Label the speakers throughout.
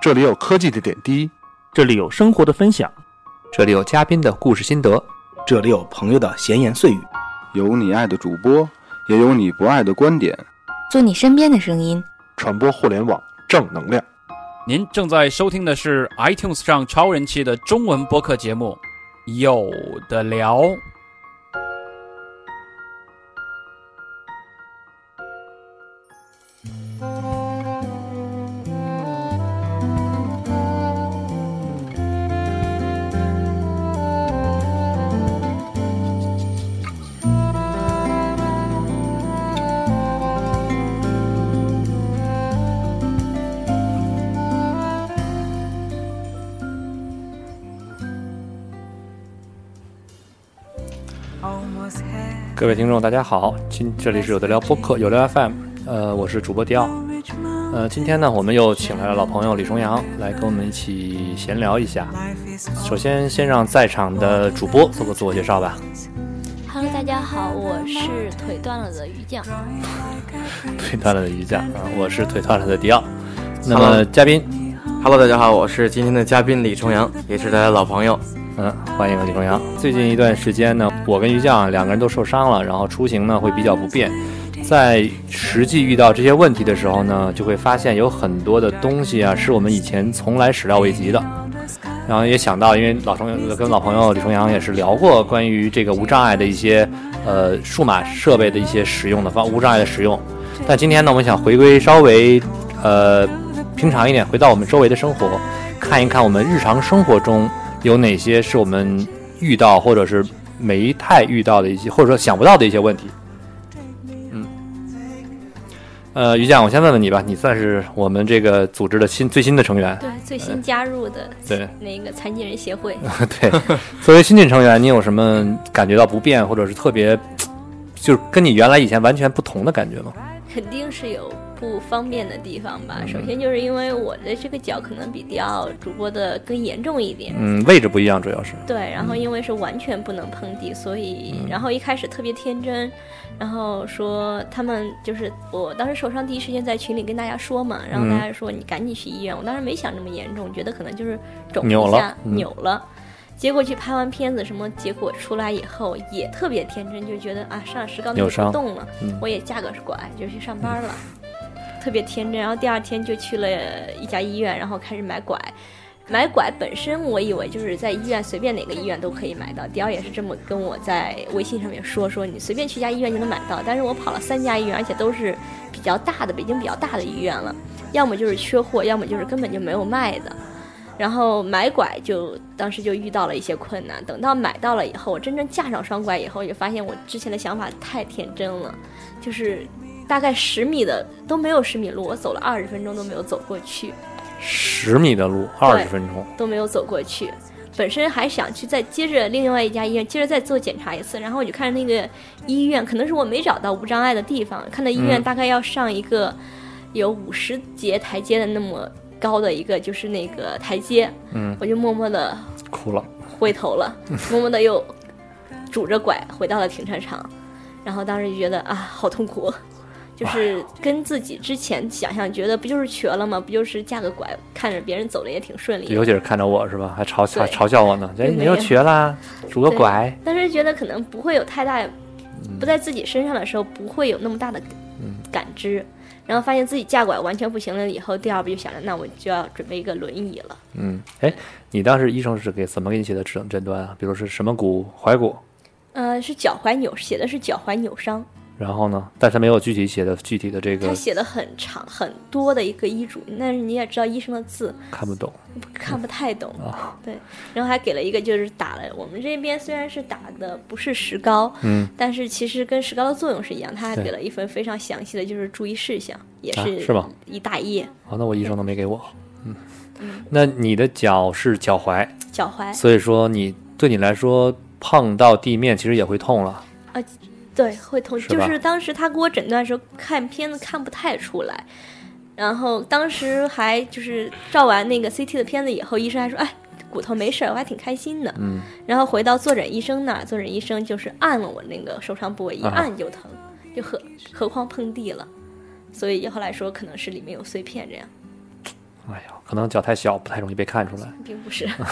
Speaker 1: 这里有科技的点滴，
Speaker 2: 这里有生活的分享，
Speaker 3: 这里有嘉宾的故事心得，
Speaker 4: 这里有朋友的闲言碎语，
Speaker 1: 有你爱的主播，也有你不爱的观点，
Speaker 5: 做你身边的声音。
Speaker 1: 传播互联网正能量。
Speaker 6: 您正在收听的是 iTunes 上超人气的中文播客节目《有的聊》。
Speaker 3: 各位听众，大家好，今这里是有的聊播客，有聊 FM，呃，我是主播迪奥，呃，今天呢，我们又请来了老朋友李重阳来跟我们一起闲聊一下。首先，先让在场的主播做个自我介绍吧。
Speaker 7: Hello，大家好，我是腿断了的鱼酱。
Speaker 3: 腿断了的鱼酱啊，我是腿断了的迪奥。那么，嘉宾，
Speaker 8: Hello，大家好，我是今天的嘉宾李重阳，也是大家的老朋友。
Speaker 3: 嗯，欢迎李重阳。最近一段时间呢，我跟于酱啊两个人都受伤了，然后出行呢会比较不便。在实际遇到这些问题的时候呢，就会发现有很多的东西啊，是我们以前从来始料未及的。然后也想到，因为老重跟老朋友李重阳也是聊过关于这个无障碍的一些呃数码设备的一些使用的方无障碍的使用。但今天呢，我们想回归稍微呃平常一点，回到我们周围的生活，看一看我们日常生活中有哪些是我们遇到或者是没太遇到的一些，或者说想不到的一些问题。嗯，呃，于酱，我先问问你吧，你算是我们这个组织的新最新的成员，
Speaker 7: 对，最新加入的
Speaker 3: 对
Speaker 7: 那个残疾人 协会，
Speaker 3: 对。作为新进成员，你有什么感觉到不便，或者是特别，就是跟你原来以前完全不同的感觉吗？
Speaker 7: 肯定是有不方便的地方吧。
Speaker 3: 嗯
Speaker 7: 首先就是因为我的这个脚可能比迪奥主播的更严重一点，
Speaker 3: 嗯，位置不一样，主要是。
Speaker 7: 对，然后因为是完全不能碰地，所以、
Speaker 3: 嗯
Speaker 7: 然后一开始特别天真，然后说他们就是我当时受伤第一时间在群里跟大家说嘛，然后大家说你赶紧去医院，我当时没想那么严重，觉得可能就是肿一
Speaker 3: 扭了
Speaker 7: 下
Speaker 3: 嗯
Speaker 7: 扭了。结果去拍完片子，什么结果出来以后也特别天真，就觉得啊，上石膏那
Speaker 3: 扭
Speaker 7: 个
Speaker 3: 伤
Speaker 7: 不动了，
Speaker 3: 嗯
Speaker 7: 我也嫁个拐就去上班了，特别天真。然后第二天就去了一家医院，然后开始买拐。买拐本身，我以为就是在医院随便哪个医院都可以买到。迪奥也是这么跟我在微信上面说，说你随便去一家医院就能买到。但是我跑了三家医院，而且都是比较大的，北京比较大的医院了，要么就是缺货，要么就是根本就没有卖的。然后买拐就当时就遇到了一些困难，等到买到了以后，我真正架上双拐以后，就发现我之前的想法太天真了，就是大概十米的都没有十米路，我走了二十分钟都没有走过去，
Speaker 3: 十米的路，二十分钟。
Speaker 7: 都没有走过去。本身还想去再接着另外一家医院，接着再做检查一次，然后我就看那个医院，可能是我没找到无障碍的地方，看到医院
Speaker 3: 嗯
Speaker 7: 大概要上一个有五十节台阶的那么高的一个就是那个台阶，
Speaker 3: 嗯，
Speaker 7: 我就默默的
Speaker 3: 哭了。
Speaker 7: 回头了，默默的又拄着拐回到了停车场，然后当时就觉得啊，好痛苦，就是跟自己之前想象觉得不就是瘸了吗？不就是架个拐，看着别人走的也挺顺利
Speaker 3: 尤
Speaker 7: 的，
Speaker 3: 其是看着我是吧，还嘲笑
Speaker 7: 对
Speaker 3: 嘲笑我呢，哎，
Speaker 7: 对
Speaker 3: 你又瘸啦，拄个
Speaker 7: 对
Speaker 3: 拐，
Speaker 7: 但是觉得可能不会有太大，不在自己身上的时候不会有那么大的感知，然后发现自己架拐完全不行了以后，第二步就想着那我就要准备一个轮椅了。
Speaker 3: 嗯，哎，你当时医生是给怎么给你写的诊诊断啊？比如是什么骨踝骨，
Speaker 7: 呃，是脚踝扭，写的是脚踝扭伤，
Speaker 3: 然后呢？但是没有具体写的具体的这
Speaker 7: 他
Speaker 3: 个
Speaker 7: 写的很长很多的一个医嘱，但是你也知道医生的字，
Speaker 3: 看不懂
Speaker 7: 看不太懂，
Speaker 3: 啊，
Speaker 7: 对，然后还给了一个就是打了，我们这边虽然是打的不是石膏，
Speaker 3: 嗯，
Speaker 7: 但是其实跟石膏的作用是一样，他还
Speaker 3: 对
Speaker 7: 给了一份非常详细的就是注意事项，也
Speaker 3: 啊
Speaker 7: 是
Speaker 3: 是吗
Speaker 7: 一大页，
Speaker 3: 哦，那我医生都没给我，嗯，那你的脚是脚踝，
Speaker 7: 脚踝，
Speaker 3: 所以说你对你来说碰到地面其实也会痛了，
Speaker 7: 对，会痛，
Speaker 3: 是
Speaker 7: 就
Speaker 3: 吧
Speaker 7: 是当时他给我诊断的时候看片子看不太出来，然后当时还就是照完那个 CT 的片子以后，医生还说，哎，骨头没事儿，我还挺开心的。
Speaker 3: 嗯，
Speaker 7: 然后回到坐诊医生那儿，坐诊医生就是按了我那个受伤部位，一
Speaker 3: 啊
Speaker 7: 按就疼，就何何况碰地了，所以后来说可能是里面有碎片这样。
Speaker 3: 啊、哎呀，可能脚太小，不太容易被看出来。
Speaker 7: 并不是。
Speaker 3: 啊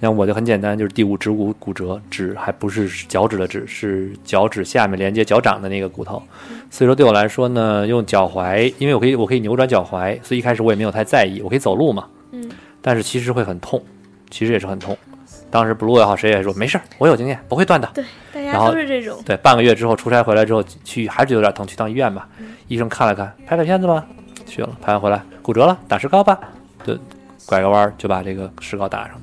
Speaker 3: 像我就很简单，就是第五指骨骨折，指还不是脚趾的指，是脚趾下面连接脚掌的那个骨头。所以说对我来说呢，用脚踝，因为我可以我可以扭转脚踝，所以一开始我也没有太在意，我可以走路嘛。
Speaker 7: 嗯。
Speaker 3: 但是其实会很痛，其实也是很痛。当时 blue 也好，谁也说没事儿，我有经验，不会断的。
Speaker 7: 对，大
Speaker 3: 然
Speaker 7: 家
Speaker 3: 后
Speaker 7: 都是这种。
Speaker 3: 对，半个月之后出差回来之后去还是觉得有点疼，去趟医院吧。医生看了看，拍拍片子吧，去了，拍完回来骨折了，打石膏吧，就拐个弯儿就把这个石膏打上了。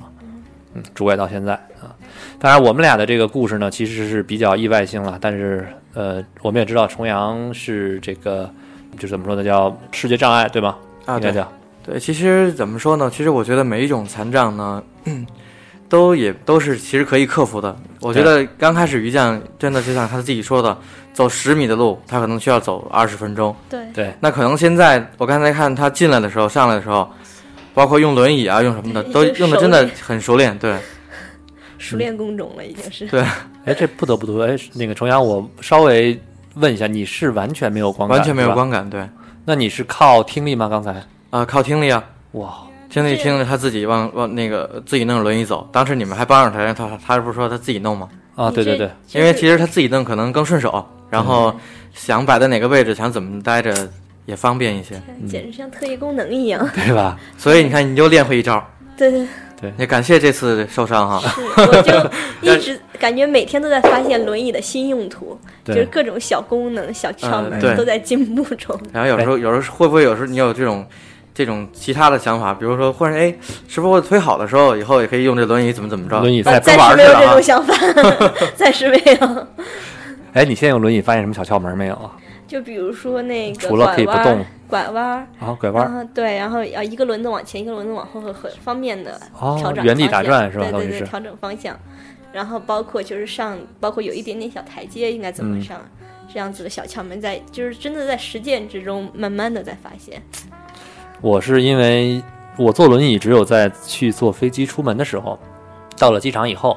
Speaker 3: 嗯，拄拐到现在啊。当然，我们俩的这个故事呢，其实是比较意外性了，但是呃，我们也知道重阳是这个就是怎么说呢，叫视觉障碍对吧？
Speaker 8: 啊，
Speaker 3: 应该
Speaker 8: 对
Speaker 3: 叫
Speaker 8: 对，其实怎么说呢？其实我觉得每一种残障呢， 都也都是其实可以克服的。我觉得刚开始于酱真的就像他自己说的，走十米的路，他可能需要走二十分钟。
Speaker 7: 对，
Speaker 3: 对嗯
Speaker 8: 那可能现在我刚才看他进来的时候，上来的时候，包括用轮椅啊，用什么的，
Speaker 7: 已
Speaker 8: 都
Speaker 7: 经
Speaker 8: 用的
Speaker 7: 熟
Speaker 8: 真的
Speaker 7: 练
Speaker 8: 很熟练。对，
Speaker 7: 熟练工种了，已经是。
Speaker 3: 哎，这不得不说，哎，那个重阳，我稍微问一下，你是完全没有光感，
Speaker 8: 完全没有
Speaker 3: 是吧，
Speaker 8: 光感。对，啊、
Speaker 3: 那你是靠听力吗？刚才
Speaker 8: 靠听力啊，
Speaker 3: 哇，
Speaker 8: 听力
Speaker 7: 这
Speaker 8: 听着他自己往往那个自己弄着轮椅走。当时你们还帮着他，让他他不是说他自己弄吗？
Speaker 3: 啊，对对对，
Speaker 8: 因为其实他自己弄可能更顺手，然后想摆在哪个位置，想怎么待着也方便一些。
Speaker 7: 你这简直像特异功能一样。
Speaker 3: 对吧？
Speaker 8: 所以你看，你又练会一招，
Speaker 7: 对对，
Speaker 8: 也感谢这次受伤
Speaker 3: 啊
Speaker 8: 哈。
Speaker 7: 是，我就 一直感觉每天都在发现轮椅的新用途，就
Speaker 3: 对
Speaker 7: 是各种小功能、小窍门
Speaker 8: 嗯对
Speaker 7: 都在进步中。
Speaker 8: 然后有时候，有时候会不会有时候你有这种这种其他的想法，比如说，忽然哎，是不是我腿好的时候，以后也可以用这轮椅怎么怎么着？
Speaker 3: 轮椅
Speaker 8: 哎
Speaker 3: 赛
Speaker 8: 不
Speaker 7: 暂时
Speaker 8: 玩儿
Speaker 7: 没
Speaker 8: 去
Speaker 7: 有这
Speaker 8: 了啊
Speaker 7: 种。想法， 暂时没有。
Speaker 3: 哎，你现在用轮椅发现什么小窍门没有啊？
Speaker 7: 就比如说那个
Speaker 3: 除了可以不
Speaker 7: 拐弯
Speaker 3: 动
Speaker 7: 儿，拐弯儿，
Speaker 3: 啊，拐弯
Speaker 7: 然
Speaker 3: 儿
Speaker 7: 后对，然后啊一个轮子往前，一个轮子往后，很很方便的
Speaker 3: 哦
Speaker 7: 调整
Speaker 3: 原地
Speaker 7: 方
Speaker 3: 打
Speaker 7: 向
Speaker 3: 转是吧
Speaker 7: 对
Speaker 3: 等于
Speaker 7: 对对，
Speaker 3: 是
Speaker 7: 调整方向，然后包括就是上，包括有一点点小台阶应该怎么
Speaker 3: 嗯
Speaker 7: 上，这样子的小窍门在，就是真的在实践之中慢慢的在发现。
Speaker 3: 我是因为我坐轮椅只有在去坐飞机出门的时候，到了机场以后，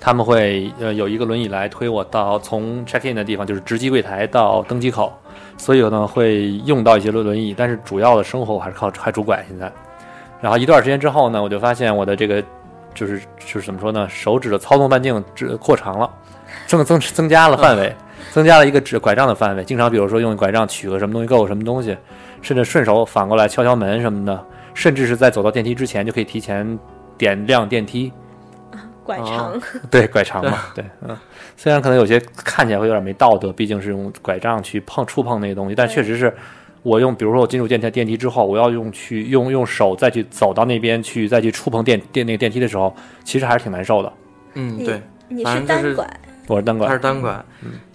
Speaker 3: 他们会呃有一个轮椅来推我到从 check in 的地方，就是值机柜台到登机口，所以呢会用到一些轮轮椅，但是主要的生活我还是靠开拄拐现在。然后一段时间之后呢，我就发现我的这个就是就是怎么说呢，手指的操纵半径只扩长了，增增增加了范围，增加了一个指拐杖的范围。经常比如说用拐杖取个什么东西，够什么东西，甚至顺手反过来敲敲门什么的，甚至是在走到电梯之前就可以提前点亮电梯，
Speaker 7: 拐
Speaker 3: 哦
Speaker 7: 长，
Speaker 3: 对，拐杖嘛， 对，嗯，虽然可能有些看起来会有点没道德，毕竟是用拐杖去碰触碰那个东西，但
Speaker 7: 对
Speaker 3: 确实是我用，比如说我进入电梯电梯之后，我要用去用用手再去走到那边去再去触碰电电那个电梯的时候，其实还是挺难受的。
Speaker 8: 嗯，对，
Speaker 7: 你
Speaker 8: 反
Speaker 7: 是
Speaker 8: 正就
Speaker 7: 单
Speaker 8: 是
Speaker 7: 拐，
Speaker 3: 我是单
Speaker 8: 它
Speaker 3: 拐嗯
Speaker 8: 是，单拐。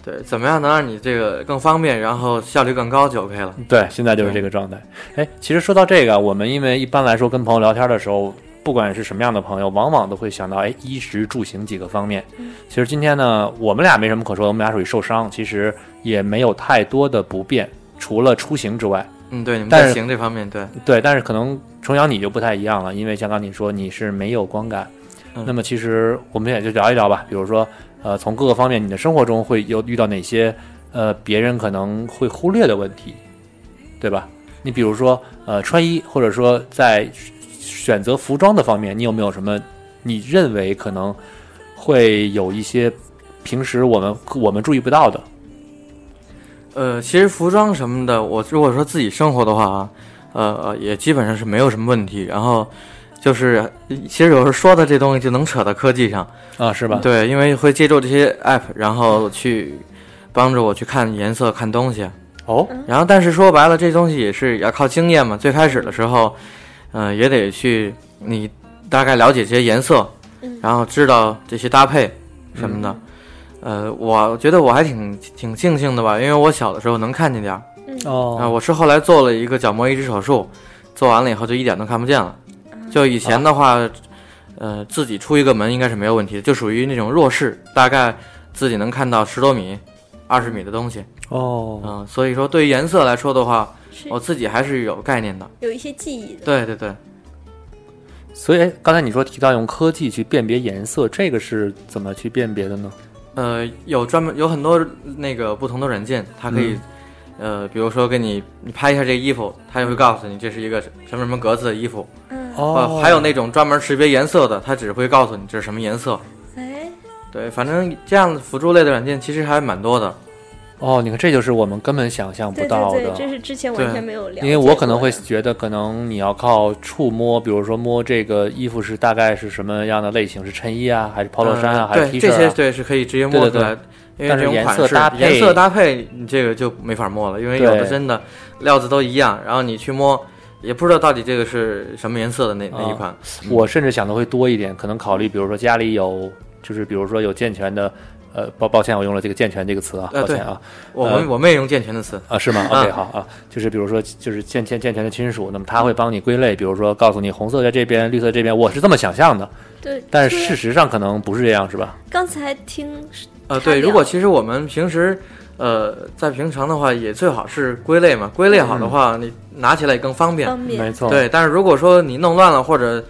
Speaker 8: 对，怎么样能让你这个更方便，然后效率更高就 OK 了。
Speaker 3: 对，现在就是这个状态。哎，其实说到这个，我们因为一般来说跟朋友聊天的时候，不管是什么样的朋友，往往都会想到哎衣食住行几个方面。其实今天呢，我们俩没什么可说，我们俩属于受伤，其实也没有太多的不便，除了出行之外。
Speaker 8: 嗯，对，你们
Speaker 3: 但
Speaker 8: 在
Speaker 3: 是
Speaker 8: 行这方面，对，
Speaker 3: 对，但是可能重阳你就不太一样了，因为像刚你说你是没有光感，
Speaker 8: 嗯
Speaker 3: 那么其实我们也就聊一聊吧，比如说呃，从各个方面你的生活中会有遇到哪些呃别人可能会忽略的问题，对吧？你比如说呃穿衣，或者说在选择服装的方面，你有没有什么你认为可能会有一些平时我们我们注意不到的？
Speaker 8: 呃，其实服装什么的，我如果说自己生活的话啊，呃，呃也基本上是没有什么问题。然后就是，其实有时候说的这东西就能扯到科技上，
Speaker 3: 啊，是吧？
Speaker 8: 对，因为会借助这些 app，然后去帮助我去看颜色、看东西。
Speaker 3: 哦，
Speaker 8: 然后，但是说白了，这东西也是要靠经验嘛。最开始的时候，呃，也得去你大概了解这些颜色，然后知道这些搭配什么的。
Speaker 3: 嗯
Speaker 8: 呃，我觉得我还挺挺庆幸的吧，因为我小的时候能看见点儿。
Speaker 7: 嗯
Speaker 3: 哦，
Speaker 8: 啊，我是后来做了一个角膜移植手术，做完了以后就一点都看不见了。
Speaker 7: 啊
Speaker 8: 就以前的话，呃，自己出一个门应该是没有问题的，就属于那种弱视，大概自己能看到十多米、二十米的东西
Speaker 3: 哦，
Speaker 8: 啊、所以说，对于颜色来说的话，
Speaker 7: 是
Speaker 8: 我自己还是有概念的。
Speaker 7: 有一些记忆的。
Speaker 8: 对对对，
Speaker 3: 所以哎刚才你说提到用科技去辨别颜色，这个是怎么去辨别的呢？
Speaker 8: 呃，有专门有很多那个不同的软件，它可以呃，比如说给你你拍一下这个衣服，它就会告诉你这是一个什么什么格子的衣服。
Speaker 7: 嗯，
Speaker 3: 哦
Speaker 8: 呃，还有那种专门识别颜色的，它只会告诉你这是什么颜色。
Speaker 7: 哎，
Speaker 8: 对，反正这样的辅助类的软件其实还蛮多的。
Speaker 3: 哦，你看这就是我们根本想象不
Speaker 7: 对
Speaker 3: 到的。
Speaker 7: 对对，这是之前完全没有了解过的，
Speaker 3: 因为我可能会觉得，可能你要靠触摸，比如说摸这个衣服是大概是什么样的类型，是衬衣啊，还是 polo 衫啊，
Speaker 8: 嗯
Speaker 3: 还是 T
Speaker 8: 对
Speaker 3: 恤
Speaker 8: 这
Speaker 3: 啊？
Speaker 8: 些对是可以直接摸
Speaker 3: 对
Speaker 8: 出
Speaker 3: 对
Speaker 8: 来，因
Speaker 3: 但
Speaker 8: 为这
Speaker 3: 是
Speaker 8: 种
Speaker 3: 颜
Speaker 8: 款
Speaker 3: 色
Speaker 8: 式
Speaker 3: 搭配
Speaker 8: 颜色搭配你这个就没法摸了，因为有的
Speaker 3: 对
Speaker 8: 真的料子都一样，然后你去摸也不知道到底这个是什么颜色的那那一
Speaker 3: 啊
Speaker 8: 款。
Speaker 3: 我甚至想的会多一点，可能考虑，比如说家里有，就是比如说有健全的，呃，抱抱歉，我用了这个健全这个词啊，
Speaker 8: 呃
Speaker 3: 抱
Speaker 8: 对
Speaker 3: 歉啊，
Speaker 8: 我
Speaker 3: 呃
Speaker 8: 们我们也用健全的词，
Speaker 3: 啊，是吗
Speaker 8: 啊
Speaker 3: ？OK，好啊，就是比如说，就是健健健全的亲属，那么他会帮你归类，比如说告诉你红色在这边，绿色这边，我是这么想象的，
Speaker 7: 对，
Speaker 3: 但是
Speaker 7: 对
Speaker 3: 事实上可能不是这样，是吧？
Speaker 7: 刚才听
Speaker 8: 呃，
Speaker 7: 差
Speaker 8: 对，
Speaker 7: 别
Speaker 8: 如果
Speaker 7: 了
Speaker 8: 其实我们平时，呃，在平常的话，也最好是归类嘛，归类好
Speaker 3: 嗯
Speaker 8: 的话，你拿起来也更方便。
Speaker 7: 方
Speaker 3: 没
Speaker 7: 面，
Speaker 3: 错，
Speaker 8: 对，但是如果说你弄乱了或者，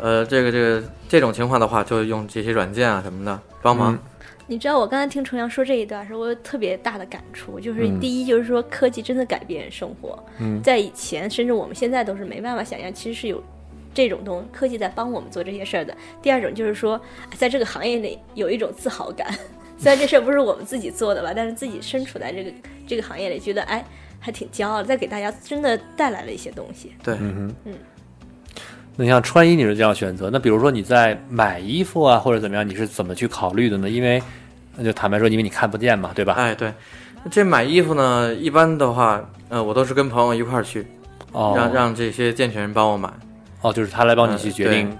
Speaker 8: 呃，这个这个这种情况的话，就用这些软件啊什么的帮
Speaker 3: 嗯
Speaker 8: 忙。
Speaker 7: 你知道我刚才听重阳说这一段的时候，我有特别大的感触，就是
Speaker 3: 嗯
Speaker 7: 第一就是说科技真的改变生活，
Speaker 3: 嗯
Speaker 7: 在以前甚至我们现在都是没办法想象，其实是有。这种东科技在帮我们做这些事儿的。第二种就是说，哎在这个行业里有一种自豪感， 虽然这事儿不是我们自己做的吧，但是自己身处在这个这个行业里，觉得哎还挺骄傲的，在给大家真的带来了一些东西。
Speaker 8: 对，
Speaker 3: 嗯哼
Speaker 7: 嗯，
Speaker 3: 那像穿衣你是这样选择，那比如说你在买衣服啊或者怎么样，你是怎么去考虑的呢？因为那就坦白说，因为你看不见嘛，对吧？
Speaker 8: 哎，对，这买衣服呢，一般的话，呃，我都是跟朋友一块儿去，让
Speaker 3: 哦
Speaker 8: 让这些健全人帮我买。
Speaker 3: 哦，就是他来帮你去
Speaker 8: 嗯
Speaker 3: 决定。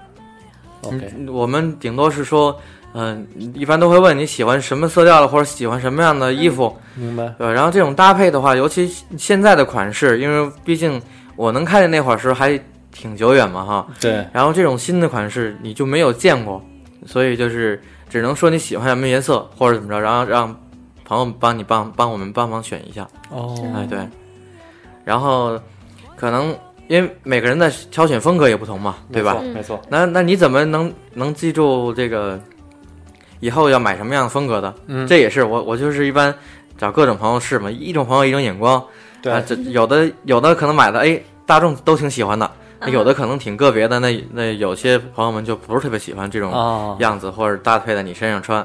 Speaker 3: OK，
Speaker 8: 嗯我们顶多是说，嗯、一般都会问你喜欢什么色调的，或者喜欢什么样的衣服。
Speaker 3: 明白。
Speaker 8: 对，然后这种搭配的话，尤其现在的款式，因为毕竟我能看见那会儿时候还挺久远嘛哈。
Speaker 3: 对，
Speaker 8: 然后这种新的款式你就没有见过，所以就是只能说你喜欢什么颜色或者怎么着，然后让朋友帮你帮帮我们帮忙选一下。
Speaker 3: 哦，
Speaker 8: 哎，对，然后可能因为每个人的挑选风格也不同嘛，对吧？
Speaker 3: 没错没错，
Speaker 8: 那那你怎么能能记住这个以后要买什么样的风格的？
Speaker 3: 嗯
Speaker 8: 这也是我我就是一般找各种朋友试嘛，一种朋友一种眼光。
Speaker 3: 对
Speaker 8: 啊，这有的有的可能买的哎大众都挺喜欢的，
Speaker 3: 嗯
Speaker 8: 那有的可能挺个别的，那那有些朋友们就不是特别喜欢这种
Speaker 3: 啊，
Speaker 8: 样子、或者搭配在你身上穿，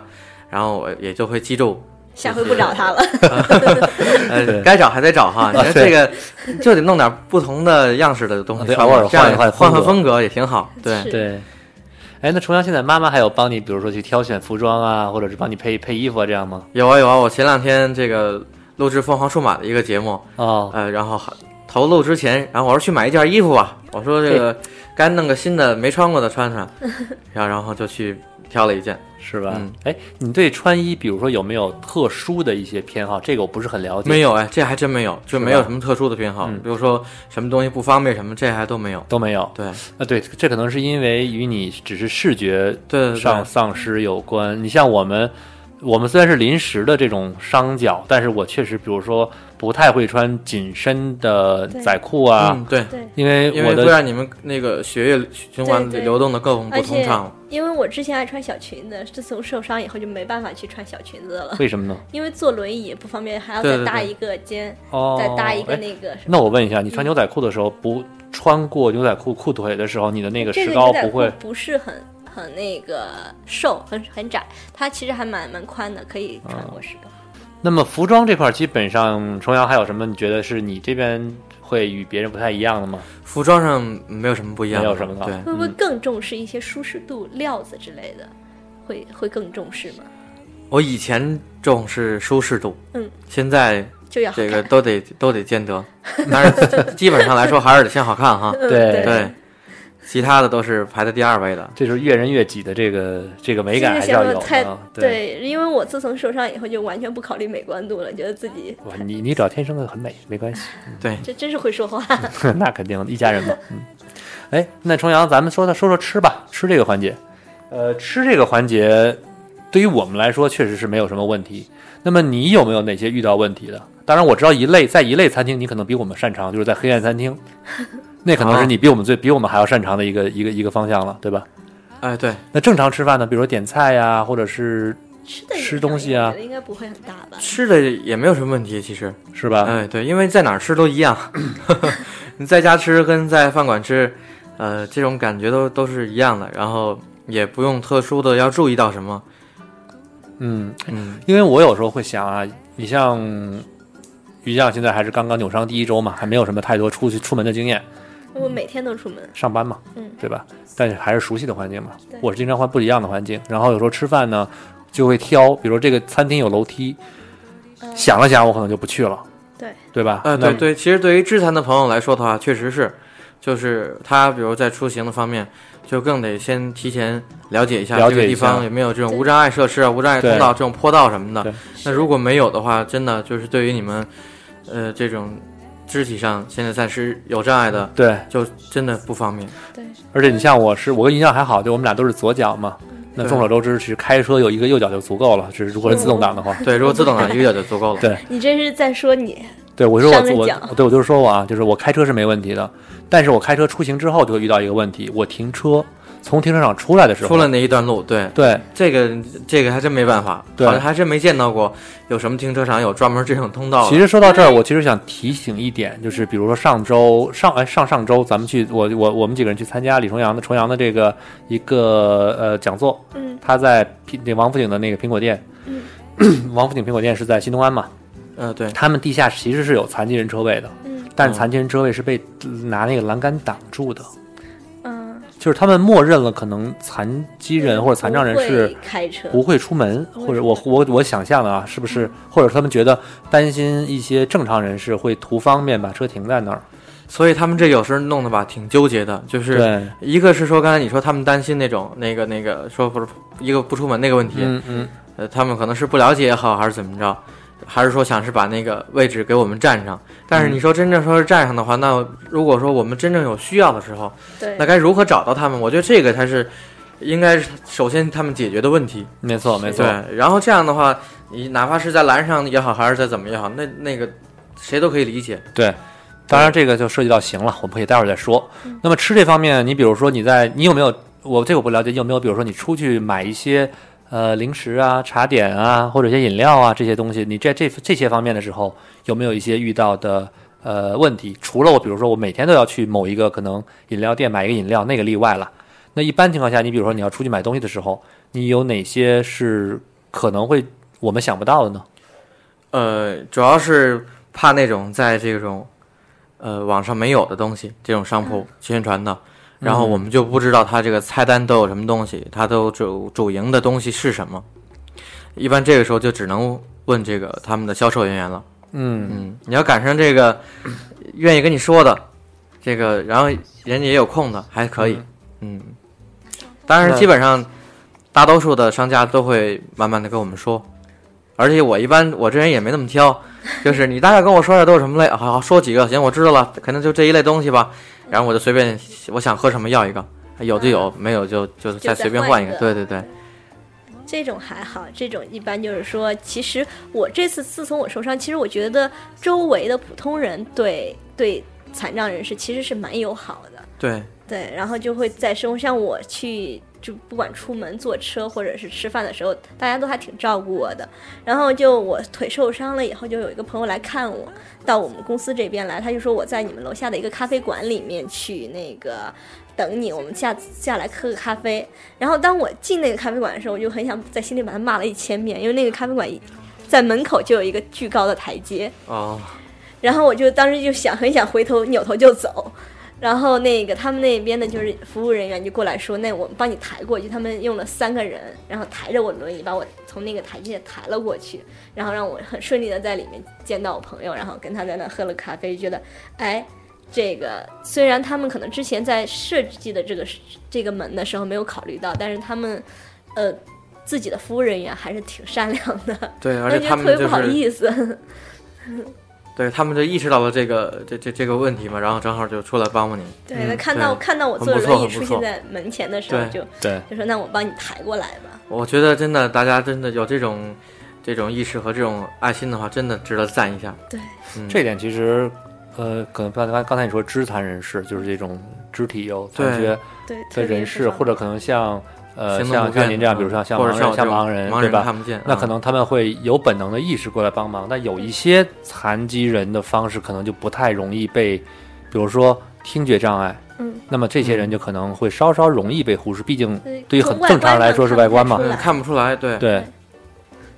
Speaker 8: 然后我也就会记住，
Speaker 7: 下回不找他了。
Speaker 8: 呃
Speaker 3: 对，
Speaker 8: 该找还得找 哈。你看
Speaker 3: 对
Speaker 8: 这个就得弄点不同的样式的东西
Speaker 3: 对
Speaker 8: 穿
Speaker 3: 偶尔
Speaker 8: 嘛，这样
Speaker 3: 换一换
Speaker 8: 换
Speaker 3: 风格
Speaker 8: 风格也挺好。 对，
Speaker 7: 是
Speaker 3: 对。哎，那重阳现在妈妈还有帮你，比如说去挑选服装啊，或者是帮你配配衣服啊，这样吗？
Speaker 8: 有啊有啊，我前两天这个录制《凤凰数码》的一个节目，
Speaker 3: 哦，
Speaker 8: 呃，然后还投录之前，然后我说去买一件衣服吧，我说这个该弄个新的没穿过的穿穿，然后然后就去挑了一件。
Speaker 3: 是吧
Speaker 8: 嗯？
Speaker 3: 哎、你对穿衣，比如说有没有特殊的一些偏好？这个我不是很了解。
Speaker 8: 没有哎，这还真没有，就没有
Speaker 3: 吧
Speaker 8: 什么特殊的偏好，
Speaker 3: 嗯
Speaker 8: 比如说什么东西不方便什么，这还都没有。
Speaker 3: 都没有。
Speaker 8: 对
Speaker 3: 啊，对，这可能是因为与你只是视觉
Speaker 8: 对对
Speaker 3: 上
Speaker 8: 对，
Speaker 3: 丧失有关。你像我们，我们虽然是临时的这种伤脚，但是我确实，比如说不太会穿紧身的
Speaker 7: 对
Speaker 3: 仔裤啊，
Speaker 8: 嗯对，
Speaker 7: 对，
Speaker 3: 因为
Speaker 8: 因
Speaker 3: 我
Speaker 8: 为会
Speaker 3: 的
Speaker 8: 让你们那个血液循环
Speaker 7: 对对
Speaker 8: 流动的更不
Speaker 7: 而
Speaker 8: 通
Speaker 7: 且
Speaker 8: 畅。
Speaker 7: 因为我之前爱穿小裙子，自从受伤以后就没办法去穿小裙子了，
Speaker 3: 为什么呢？
Speaker 7: 因为坐轮椅也不方便，还要
Speaker 8: 对
Speaker 7: 再
Speaker 8: 对
Speaker 7: 搭
Speaker 8: 对
Speaker 7: 一个肩，
Speaker 3: 哦，
Speaker 7: 再搭一个
Speaker 3: 哎
Speaker 7: 那个什么。
Speaker 3: 那我问一
Speaker 7: 嗯
Speaker 3: 下，你穿牛仔裤的时候不穿过牛仔裤裤腿的时候，你的那个
Speaker 7: 这
Speaker 3: 石
Speaker 7: 个
Speaker 3: 膏
Speaker 7: 牛仔
Speaker 3: 不
Speaker 7: 裤
Speaker 3: 会？
Speaker 7: 不是很很那个瘦，很很窄，它其实还蛮蛮宽的，可以
Speaker 3: 哦
Speaker 7: 穿过石膏。
Speaker 3: 那么服装这块，基本上重阳还有什么？你觉得是你这边会与别人不太一样的吗？
Speaker 8: 服装上没有什么不一样的，
Speaker 3: 没有什么的
Speaker 8: 对，
Speaker 7: 会不会更重视一些舒适度、料子之类的？会会更重视吗？
Speaker 8: 我以前重视舒适度，
Speaker 7: 嗯，
Speaker 8: 现在
Speaker 7: 就要好
Speaker 8: 这个
Speaker 7: 看。
Speaker 8: 都得都得兼得，但是基 本上来说还是得先好看哈。
Speaker 7: 嗯
Speaker 3: 对
Speaker 7: 对
Speaker 8: 对，其他的都是排在第二位的。
Speaker 3: 这就是越人越己的这个这个美感还
Speaker 7: 这
Speaker 3: 是
Speaker 7: 个
Speaker 3: 要
Speaker 7: 想
Speaker 3: 有
Speaker 7: 法太
Speaker 3: 的啊。，
Speaker 7: 对，因为我自从受伤以后就完全不考虑美观度了，觉得自己
Speaker 3: 哇，你你只要天生的很美，没关系，
Speaker 8: 对，
Speaker 7: 这真是会说话。
Speaker 3: 那肯定的一家人嘛。嗯，哎，那重阳，咱们说的说说吃吧，吃这个环节，呃，吃这个环节对于我们来说确实是没有什么问题。那么你有没有哪些遇到问题的？当然我知道一类在一类餐厅你可能比我们擅长，就是在黑暗餐厅，那可能是你比我们最比我们还要擅长的一个一个一个方向了，对吧？
Speaker 8: 哎对，
Speaker 3: 那正常吃饭呢，比如说点菜呀、或者是
Speaker 7: 吃的
Speaker 3: 吃东西啊
Speaker 7: 我觉得应该不会很大吧？
Speaker 8: 吃的也没有什么问题，其实，
Speaker 3: 是吧？
Speaker 8: 哎，对，因为在哪儿吃都一样， 你在家吃跟在饭馆吃，呃，这种感觉都都是一样的，然后也不用特殊的要注意到什么，
Speaker 3: 嗯，
Speaker 8: 嗯
Speaker 3: 因为我有时候会想啊，你像于酱现在还是刚刚扭伤第一周嘛，还没有什么太多出去出门的经验，
Speaker 7: 我每天都出门，
Speaker 3: 上班嘛，
Speaker 7: 嗯，
Speaker 3: 对吧？但是还是熟悉的环境嘛
Speaker 7: 对。
Speaker 3: 我是经常换不一样的环境，然后有时候吃饭呢，就会挑，比如这个餐厅有楼梯，
Speaker 7: 嗯
Speaker 3: 想了想，我可能就不去了。
Speaker 7: 对
Speaker 3: 对吧？
Speaker 8: 呃，对对，其实对于致残的朋友来说的话，确实是，就是他比如在出行的方面，就更得先提前了解一下
Speaker 3: 了
Speaker 8: 这个
Speaker 3: 解一
Speaker 8: 地
Speaker 3: 下
Speaker 8: 方有没有这种
Speaker 7: 对
Speaker 8: 无障碍设施啊、无障碍通
Speaker 3: 对
Speaker 8: 道、这种坡道什么的
Speaker 3: 对。
Speaker 8: 那如果没有的话，真的就是对于你们，呃，这种肢体上现在暂时有障碍的，
Speaker 3: 那对，
Speaker 8: 就真的不方便。
Speaker 3: 而且你像我是，我跟云象还好，就我们俩都是左脚嘛。
Speaker 7: 嗯
Speaker 3: 那
Speaker 8: 对
Speaker 3: 众所周知，其实开车有一个右脚就足够了，只是如果是自动挡的话。
Speaker 8: 对，如果自动挡一个脚就足够了。
Speaker 3: 对
Speaker 7: 你这是在说你
Speaker 3: 对，我说
Speaker 7: 上面
Speaker 3: 我
Speaker 7: 讲
Speaker 3: 我对我就是说我啊，就是我开车是没问题的，但是我开车出行之后就会遇到一个问题，我停车从停车场出来的时候，
Speaker 8: 出了那一段路，对
Speaker 3: 对
Speaker 8: 这个这个还真没办法，
Speaker 3: 对
Speaker 8: 好像还真没见到过有什么停车场有专门这种通道的。
Speaker 3: 其实说到这儿，我其实想提醒一点，就是比如说上周上哎上上周咱们去我我我们几个人去参加李重阳的重阳的这个一个呃讲座，
Speaker 7: 嗯，
Speaker 3: 他在苹那王府井的那个苹果店，
Speaker 7: 嗯
Speaker 3: 王府井苹果店是在新东安嘛，
Speaker 8: 呃，对，
Speaker 3: 他们地下其实是有残疾人车位的，
Speaker 7: 嗯
Speaker 3: 但是残疾人车位是被呃拿那个栏杆挡住的，
Speaker 7: 嗯，
Speaker 3: 就是他们默认了可能残疾人或者残障人
Speaker 7: 不
Speaker 3: 是
Speaker 7: 会开车，
Speaker 3: 不会出门，
Speaker 7: 不会
Speaker 3: 或者
Speaker 7: 出
Speaker 3: 我
Speaker 7: 门嗯
Speaker 3: 我我想象的啊，是不是？或者他们觉得担心一些正常人士会图方便把车停在那儿，
Speaker 8: 所以他们这有时候弄得吧挺纠结的，就是
Speaker 3: 对，
Speaker 8: 一个是说刚才你说他们担心那种那个那个说不是一个不出门那个问题，
Speaker 3: 嗯嗯，
Speaker 8: 呃，他们可能是不了解也好，还是怎么着，还是说想是把那个位置给我们占上。但是你说真正说是占上的话，那如果说我们真正有需要的时候，
Speaker 7: 对
Speaker 8: 那，该如何找到他们？我觉得这个才是应该是首先他们解决的问题。
Speaker 3: 没错没错
Speaker 8: 对，，然后这样的话，你哪怕是在栏上也好，还是在怎么也好，那那个谁都可以理解。
Speaker 3: 对。当然，这个就涉及到行了，我们可以待会儿再说。那么吃这方面，你比如说你在你有没有我这个我不了解，你有没有比如说你出去买一些呃零食啊、茶点啊，或者一些饮料啊这些东西，你在这这些方面的时候有没有一些遇到的呃问题？除了我比如说我每天都要去某一个可能饮料店买一个饮料，那个例外了。那一般情况下，你比如说你要出去买东西的时候，你有哪些是可能会我们想不到的呢？
Speaker 8: 呃，主要是怕那种在这种呃网上没有的东西，这种商铺宣传的，然后我们就不知道它这个菜单都有什么东西，它都主主营的东西是什么。一般这个时候就只能问这个他们的销售人员了。
Speaker 3: 嗯，
Speaker 8: 嗯，你要赶上这个愿意跟你说的，这个然后人家也有空的，还可以。嗯，当然
Speaker 3: 那
Speaker 8: 基本上大多数的商家都会慢慢的跟我们说，而且我一般我这人也没那么 挑，就是你大概跟我说一下都有什么类，好好说几个，行，我知道了，可能就这一类东西吧。然后我就随便我想喝什么要一个，有就有，没有就嗯就再随便换一个。
Speaker 7: 再
Speaker 8: 对对对，
Speaker 7: 这种还好，这种一般就是说，其实我这次自从我受伤，其实我觉得周围的普通人对对残障人士其实是蛮友好的，
Speaker 8: 对，
Speaker 7: 对，然后就会在生活像我去就不管出门坐车或者是吃饭的时候，大家都还挺照顾我的。然后就我腿受伤了以后，就有一个朋友来看我，到我们公司这边来，他就说我在你们楼下的一个咖啡馆里面去那个。等你，我们下次下来喝个咖啡。然后当我进那个咖啡馆的时候，我就很想在心里把他骂了一千遍，因为那个咖啡馆在门口就有一个巨高的台阶，
Speaker 8: 哦，
Speaker 7: 然后我就当时就想很想回头扭头就走，然后那个他们那边的就是服务人员就过来说，那我们帮你抬过去。他们用了三个人，然后抬着我轮椅把我从那个台阶抬了过去，然后让我很顺利的在里面见到我朋友，然后跟他在那喝了咖啡，觉得哎。这个虽然他们可能之前在设计的这个这个门的时候没有考虑到，但是他们，呃，自己的服务人员还是挺善良的，
Speaker 8: 对，而
Speaker 7: 我
Speaker 8: 且
Speaker 7: 觉
Speaker 8: 他
Speaker 7: 得
Speaker 8: 们
Speaker 7: 特别
Speaker 8: 就
Speaker 7: 不好
Speaker 8: 是
Speaker 7: 意思。
Speaker 8: 对他们就意识到了这个这这这个问题嘛，然后正好就出来帮帮你。
Speaker 7: 对，他
Speaker 8: 嗯
Speaker 7: 看到
Speaker 8: 对
Speaker 7: 看到我
Speaker 8: 很
Speaker 7: 坐
Speaker 8: 不
Speaker 7: 着
Speaker 8: 错
Speaker 7: 轮椅
Speaker 8: 很
Speaker 7: 出
Speaker 8: 不
Speaker 7: 现
Speaker 8: 错
Speaker 7: 在门前的时候
Speaker 8: 对
Speaker 7: 就，就
Speaker 3: 对
Speaker 7: 说那我帮你抬过来吧。
Speaker 8: 我觉得真的，大家真的有这种这种意识和这种爱心的话，真的值得赞一下。
Speaker 7: 对，
Speaker 8: 嗯、
Speaker 3: 这点其实呃，可能刚才刚才你说肢残人士，就是这种肢体有残
Speaker 8: 对
Speaker 3: 缺。
Speaker 7: 对，特
Speaker 3: 的
Speaker 7: 别
Speaker 3: 人
Speaker 7: 不
Speaker 3: 士，
Speaker 7: 方
Speaker 3: 或者可能像呃，
Speaker 8: 行动
Speaker 3: 像
Speaker 8: 不便
Speaker 3: 像您这样，
Speaker 8: 嗯
Speaker 3: 比如说像
Speaker 8: 或
Speaker 3: 盲
Speaker 8: 者像
Speaker 3: 人、像
Speaker 8: 我
Speaker 3: 盲
Speaker 8: 这
Speaker 3: 人，
Speaker 8: 种盲
Speaker 3: 对
Speaker 8: 人
Speaker 3: 吧？
Speaker 8: 看不见，
Speaker 3: 那可
Speaker 8: 嗯
Speaker 3: 能他们会有本能的意识过来帮忙。那有一些残疾人的方式可能就不太容易被，比如说听觉障碍，
Speaker 7: 嗯，
Speaker 3: 那么这些人就可能会稍稍容易被忽视，毕竟对
Speaker 7: 对
Speaker 3: 于很正常来说是外观嘛
Speaker 8: 嗯看不出来，对
Speaker 3: 对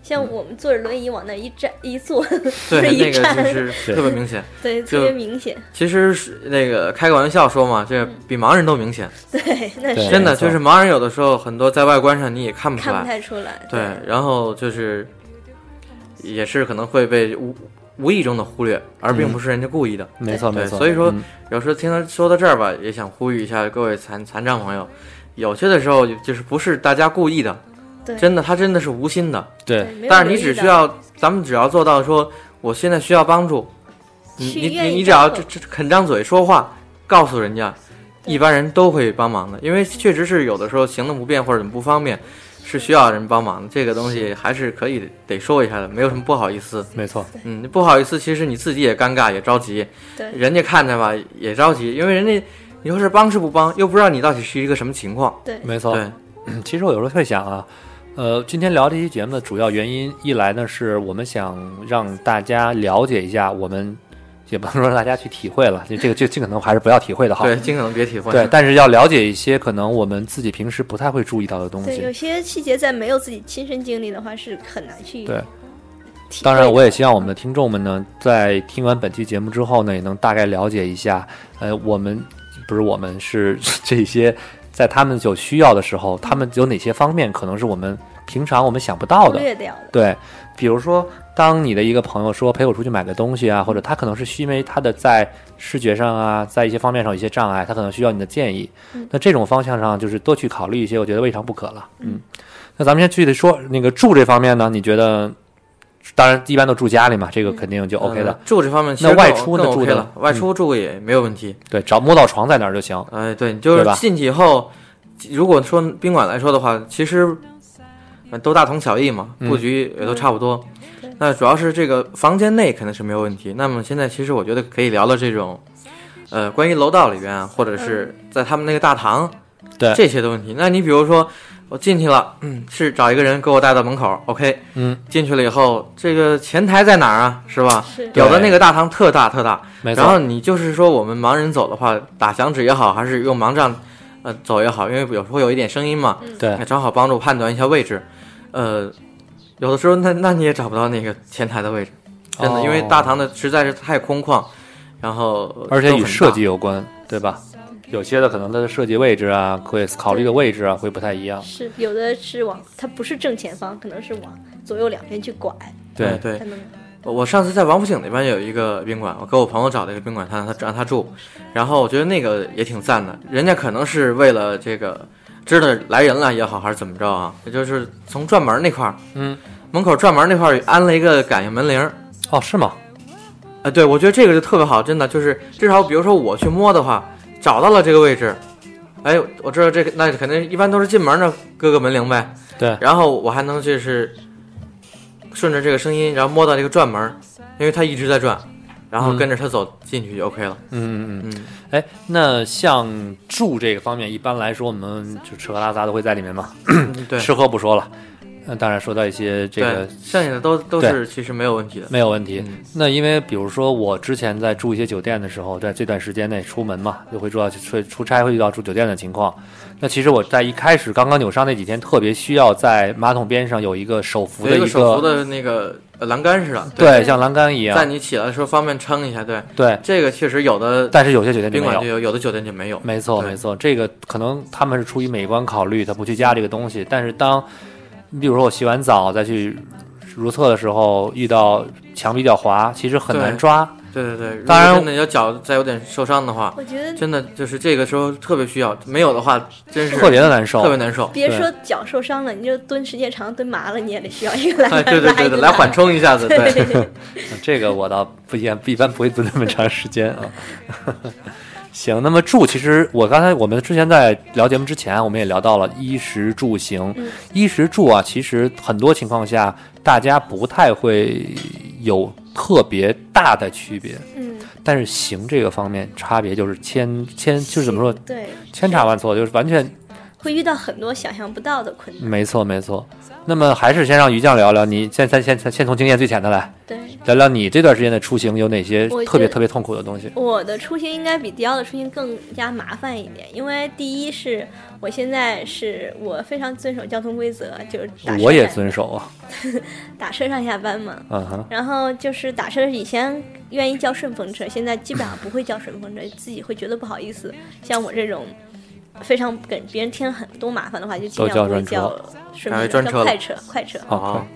Speaker 7: 像我们坐着轮椅往那一站 一坐，
Speaker 8: 对，
Speaker 7: 一
Speaker 8: 那个
Speaker 7: 看
Speaker 8: 就是
Speaker 3: 对
Speaker 8: 特别明显。
Speaker 7: 对，
Speaker 8: 就
Speaker 7: 特别明显。
Speaker 8: 其实是那个开个玩笑说嘛，
Speaker 7: 嗯
Speaker 8: 这比盲人都明显，
Speaker 7: 对，那
Speaker 3: 对
Speaker 7: 是
Speaker 8: 真的
Speaker 3: 没错
Speaker 8: 就是盲人有的时候很多在外观上你也看不出
Speaker 7: 看不
Speaker 8: 来，
Speaker 7: 太出来。
Speaker 8: 对，然后就是也是可能会被无无意中的忽略，而并不是人家故意的。
Speaker 3: 没错
Speaker 8: 对
Speaker 3: 没错。
Speaker 8: 所以说
Speaker 3: 嗯
Speaker 8: 嗯有时候听他说到这儿吧，也想呼吁一下各位残残障朋友，有些的时候就是不是大家故意的，
Speaker 7: 对
Speaker 8: 真的他真的是无心的，
Speaker 3: 对
Speaker 7: 对没有
Speaker 8: 但是你
Speaker 7: 留意
Speaker 8: 只
Speaker 7: 到
Speaker 8: 需要，咱们只要做到说，我现在需要帮助，你
Speaker 7: 去
Speaker 8: 你你
Speaker 7: 愿意
Speaker 8: 你只要
Speaker 7: 帮
Speaker 8: 这
Speaker 7: 助
Speaker 8: 这肯张嘴说话，告诉人家，一般人都会帮忙的，因为确实是有的时候行动不便或者不方便，是需要人帮忙的，这个东西还是可以得说一下的，没有什么不好意思。
Speaker 3: 没错，
Speaker 8: 嗯，不好意思，其实你自己也尴尬也着急，
Speaker 7: 对
Speaker 8: 人家看着吧也着急，因为人家你说是帮是不帮，又不知道你到底是一个什么情况。
Speaker 7: 对
Speaker 3: 没错。嗯
Speaker 8: 对，
Speaker 3: 其实我有时候会想啊，呃，今天聊这期节目的主要原因，一来呢是我们想让大家了解一下，我们也不能说让大家去体会了，这这个就尽可能还是不要体会的好。
Speaker 8: 对，尽可能别体会。
Speaker 3: 对，但是要了解一些可能我们自己平时不太会注意到的东
Speaker 7: 对，有
Speaker 3: 西。
Speaker 7: 些细节在没有自己亲身经历的话，是很难去
Speaker 3: 对
Speaker 7: 体会的。
Speaker 3: 当然，我也希望我们的听众们呢，在听完本期节目之后呢，也能大概了解一下，呃，我们不是我们是 这些，在他们有需要的时候，他们有哪些方面可能是我们平常我们想不到
Speaker 7: 忽
Speaker 3: 的。
Speaker 7: 略掉的。
Speaker 3: 对，比如说，当你的一个朋友说陪我出去买个东西啊，或者他可能是需因为他的在视觉上啊，在一些方面上有一些障碍，他可能需要你的建议。
Speaker 7: 嗯
Speaker 3: 那这种方向上，就是多去考虑一些，我觉得未尝不可了。嗯，那咱们先具体说那个住这方面呢，你觉得？当然，一般都住家里嘛，这个肯定就 OK 的。
Speaker 8: 嗯住这方面其
Speaker 3: 那
Speaker 8: 实
Speaker 3: 外
Speaker 8: 更
Speaker 3: 出呢
Speaker 8: 更
Speaker 3: 住嗯
Speaker 8: OK
Speaker 3: 的
Speaker 8: 了，外出住也没有问题。
Speaker 3: 对，找摸到床在哪儿就行。
Speaker 8: 哎，对，你就
Speaker 3: 对
Speaker 8: 是
Speaker 3: 吧
Speaker 8: 进去以后，如果说宾馆来说的话，其实呃都大同小异嘛，
Speaker 3: 嗯
Speaker 8: 布局也都差不多。那主要是这个房间内肯定是没有问题。那么现在其实我觉得可以聊聊这种，呃，关于楼道里边啊，或者是在他们那个大堂，
Speaker 3: 对
Speaker 8: 这些的问题。那你比如说我进去了，嗯，是找一个人给我带到门口，OK，
Speaker 3: 嗯，
Speaker 8: 进去了以后，这个前台在哪儿啊？是吧？
Speaker 7: 是
Speaker 8: 有的
Speaker 3: 对
Speaker 8: 那个大堂特大特大，
Speaker 3: 没
Speaker 8: 然后
Speaker 3: 错，
Speaker 8: 你就是说，我们盲人走的话，打响指也好，还是用盲杖，呃，走也好，因为有时候有一点声音嘛，
Speaker 7: 嗯
Speaker 3: 对
Speaker 8: 正好帮助判断一下位置。呃，有的时候那那你也找不到那个前台的位置，真
Speaker 3: 哦
Speaker 8: 的，因为大堂的实在是太空旷，然后
Speaker 3: 而且
Speaker 8: 都很
Speaker 3: 与
Speaker 8: 大
Speaker 3: 设计有关，对吧？有些的可能它的设计位置啊，会考虑的位置啊，会不太一样。
Speaker 7: 是有的是往，它不是正前方，可能是往左右两边去拐，
Speaker 8: 对
Speaker 3: 对
Speaker 8: 对
Speaker 7: 才，能
Speaker 8: 我上次在王府井那边有一个宾馆，我给我朋友找了一个宾馆，他他让他住，然后我觉得那个也挺赞的，人家可能是为了这个知道来人了也好，还是怎么着啊，也就是从转门那块儿，
Speaker 3: 嗯，
Speaker 8: 门口转门那块儿安了一个感应门铃儿，
Speaker 3: 哦，是吗？
Speaker 8: 啊，对我觉得这个就特别好，真的就是至少比如说我去摸的话，找到了这个位置，哎，我知道这个，那肯定一般都是进门那儿搁个门铃呗，
Speaker 3: 对
Speaker 8: 然后我还能就是顺着这个声音，然后摸到这个转门儿，因为它一直在转，然后
Speaker 3: 嗯
Speaker 8: 跟着它走进去就 OK 了，
Speaker 3: 嗯嗯嗯。
Speaker 8: 嗯，
Speaker 3: 哎，那像住这个方面，一般来说，我们就吃喝拉撒都会在里面嘛。
Speaker 8: 对。
Speaker 3: 吃喝不说了，那当然说到一些嗯这个
Speaker 8: 对，剩下的都都
Speaker 3: 对
Speaker 8: 是其实没有问题的。
Speaker 3: 没有问题。
Speaker 8: 嗯
Speaker 3: 那因为比如说我之前在住一些酒店的时候，在这段时间内出门嘛，就会住到出出差会遇到住酒店的情况。那其实我在一开始刚刚扭伤那几天，特别需要在马桶边上有一个手扶
Speaker 8: 有
Speaker 3: 的
Speaker 8: 一
Speaker 3: 一
Speaker 8: 个
Speaker 3: 个
Speaker 8: 手扶的那个呃栏杆似的，
Speaker 3: 对，像栏杆一
Speaker 8: 在
Speaker 3: 样。
Speaker 8: 你起来的时候方便撑一下。对，
Speaker 3: 对，
Speaker 8: 这个确实有的
Speaker 3: 但是有些酒店就
Speaker 8: 宾
Speaker 3: 没
Speaker 8: 馆
Speaker 3: 有
Speaker 8: 就。有，有的酒店就没有。
Speaker 3: 没错，
Speaker 8: 对
Speaker 3: 没错，这个可能他们是出于美观考虑，他不去加这个东西。但是当，你比如说我洗完澡再去如厕的时候，遇到墙壁比较滑，其实很难
Speaker 8: 对
Speaker 3: 抓。
Speaker 8: 对对对，如
Speaker 3: 当
Speaker 8: 果
Speaker 3: 然
Speaker 8: 真的要脚再有点受伤的话，
Speaker 7: 我觉得
Speaker 8: 真的就是这个时候特别需要，没有的话真是
Speaker 3: 特别的难受
Speaker 8: 特。别难受。
Speaker 7: 别
Speaker 3: 对
Speaker 7: 说脚受伤了，你就蹲时间长蹲麻了，你也得需要一个来
Speaker 8: 哎，对对对对，来缓。冲一下子，对，
Speaker 3: 这个我倒不一般，一般不会蹲那么长时间啊。 行，那么住，其实我刚才我们之前在聊节目之前，我们也聊到了衣食住行。
Speaker 7: 嗯
Speaker 3: 衣食住啊，其实很多情况下大家不太会有特别大的区别。
Speaker 7: 嗯，
Speaker 3: 但是行这个方面差别就是千千就是怎么说
Speaker 7: 对，
Speaker 3: 千差万错，就是完全
Speaker 7: 会遇到很多想象不到的困难。
Speaker 3: 没错没错。那么还是先让于酱聊聊，你先先先先从经验最浅的来，
Speaker 7: 对，
Speaker 3: 聊聊你这段时间的出行有哪些
Speaker 7: 我
Speaker 3: 特
Speaker 7: 觉
Speaker 3: 别
Speaker 7: 得
Speaker 3: 特别痛苦的东西。
Speaker 7: 我的出行应该比迪奥的出行更加麻烦一点，因为第一是我现在是我非常遵守交通规则，就是打车
Speaker 3: 我也
Speaker 7: 上
Speaker 3: 遵守啊，
Speaker 7: 打车上下班嘛。
Speaker 3: 嗯哼，
Speaker 7: 然后就是打车，以前愿意叫顺风车，现在基本上不会叫顺风车，自己会觉得不好意思。像我这种非常给别人添很多麻烦的话，就尽量不会
Speaker 3: 都叫
Speaker 7: 叫顺风
Speaker 8: 改专车
Speaker 7: 叫
Speaker 8: 了
Speaker 7: 快车，快车。
Speaker 3: 好，快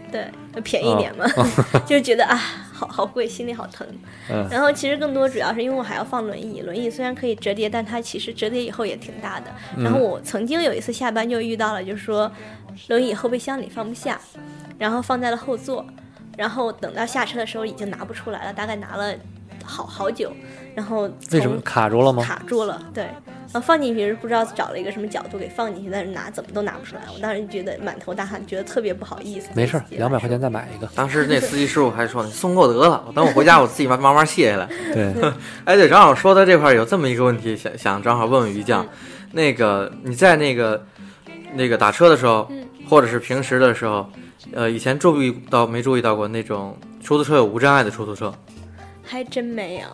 Speaker 7: 对，便宜一点嘛， 就觉得啊，好好贵，心里好疼。
Speaker 3: 嗯
Speaker 7: 然后其实更多主要是因为我还要放轮椅，轮椅虽然可以折叠，但它其实折叠以后也挺大的。
Speaker 3: 嗯
Speaker 7: 然后我曾经有一次下班就遇到了，就是说轮椅后备箱里放不下，然后放在了后座，然后等到下车的时候已经拿不出来了，大概拿了好好久，然后
Speaker 3: 为什么
Speaker 7: 从
Speaker 3: 卡住了吗？
Speaker 7: 嗯卡住了，对。然后放进去是不知道找了一个什么角度给放进去，但是拿怎么都拿不出来。我当时觉得满头大汗，觉得特别不好意思。
Speaker 3: 没事儿，
Speaker 7: 对自己来
Speaker 3: 两百块钱再买一个。
Speaker 8: 当时那司机师傅还说呢：“送给我得了，我等我回家我自己慢慢慢 卸下来。”
Speaker 3: 对，
Speaker 8: 哎，对，正好说到这块儿有这么一个问题，想想正好问问于酱，那个你在那个那个打车的时候，
Speaker 7: 嗯
Speaker 8: 或者是平时的时候，呃，以前注意到没注意到过那种出租车有无障碍的出租车？
Speaker 7: 还真没有。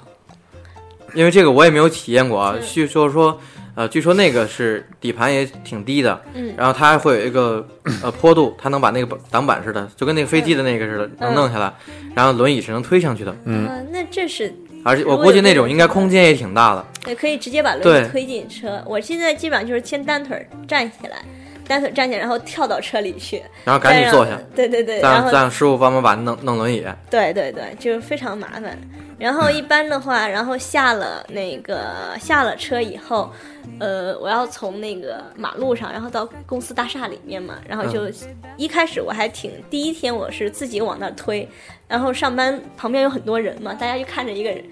Speaker 8: 因为这个我也没有体验过啊。
Speaker 7: 是
Speaker 8: 据说说，呃，据说那个是底盘也挺低的，
Speaker 7: 嗯
Speaker 8: 然后它会有一个呃坡度，它能把那个挡板似的，就跟那个飞机的那个似的，
Speaker 7: 嗯
Speaker 8: 能弄下来，然后轮椅是能推上去的，
Speaker 3: 嗯
Speaker 7: 呃那这是
Speaker 8: 而且我估计那种应该空间也挺大的。
Speaker 7: 也可以直接把轮
Speaker 8: 对
Speaker 7: 椅推进车。我现在基本上就是先单腿儿站起来，单腿儿站起来，然后跳到车里去，
Speaker 8: 然后
Speaker 3: 啊
Speaker 8: 赶紧
Speaker 7: 再让
Speaker 8: 坐下，。
Speaker 7: 对对对，
Speaker 8: 再
Speaker 7: 然
Speaker 8: 让
Speaker 7: 后
Speaker 8: 再让师傅帮忙把弄弄轮椅。
Speaker 7: 对对对，就是非常麻烦。然后一般的话，然后下了那个下了车以后，呃，我要从那个马路上，然后到公司大厦里面嘛，然后就、一开始我还挺第一天我是自己往那儿推，然后上班旁边有很多人嘛，大家就看着一个人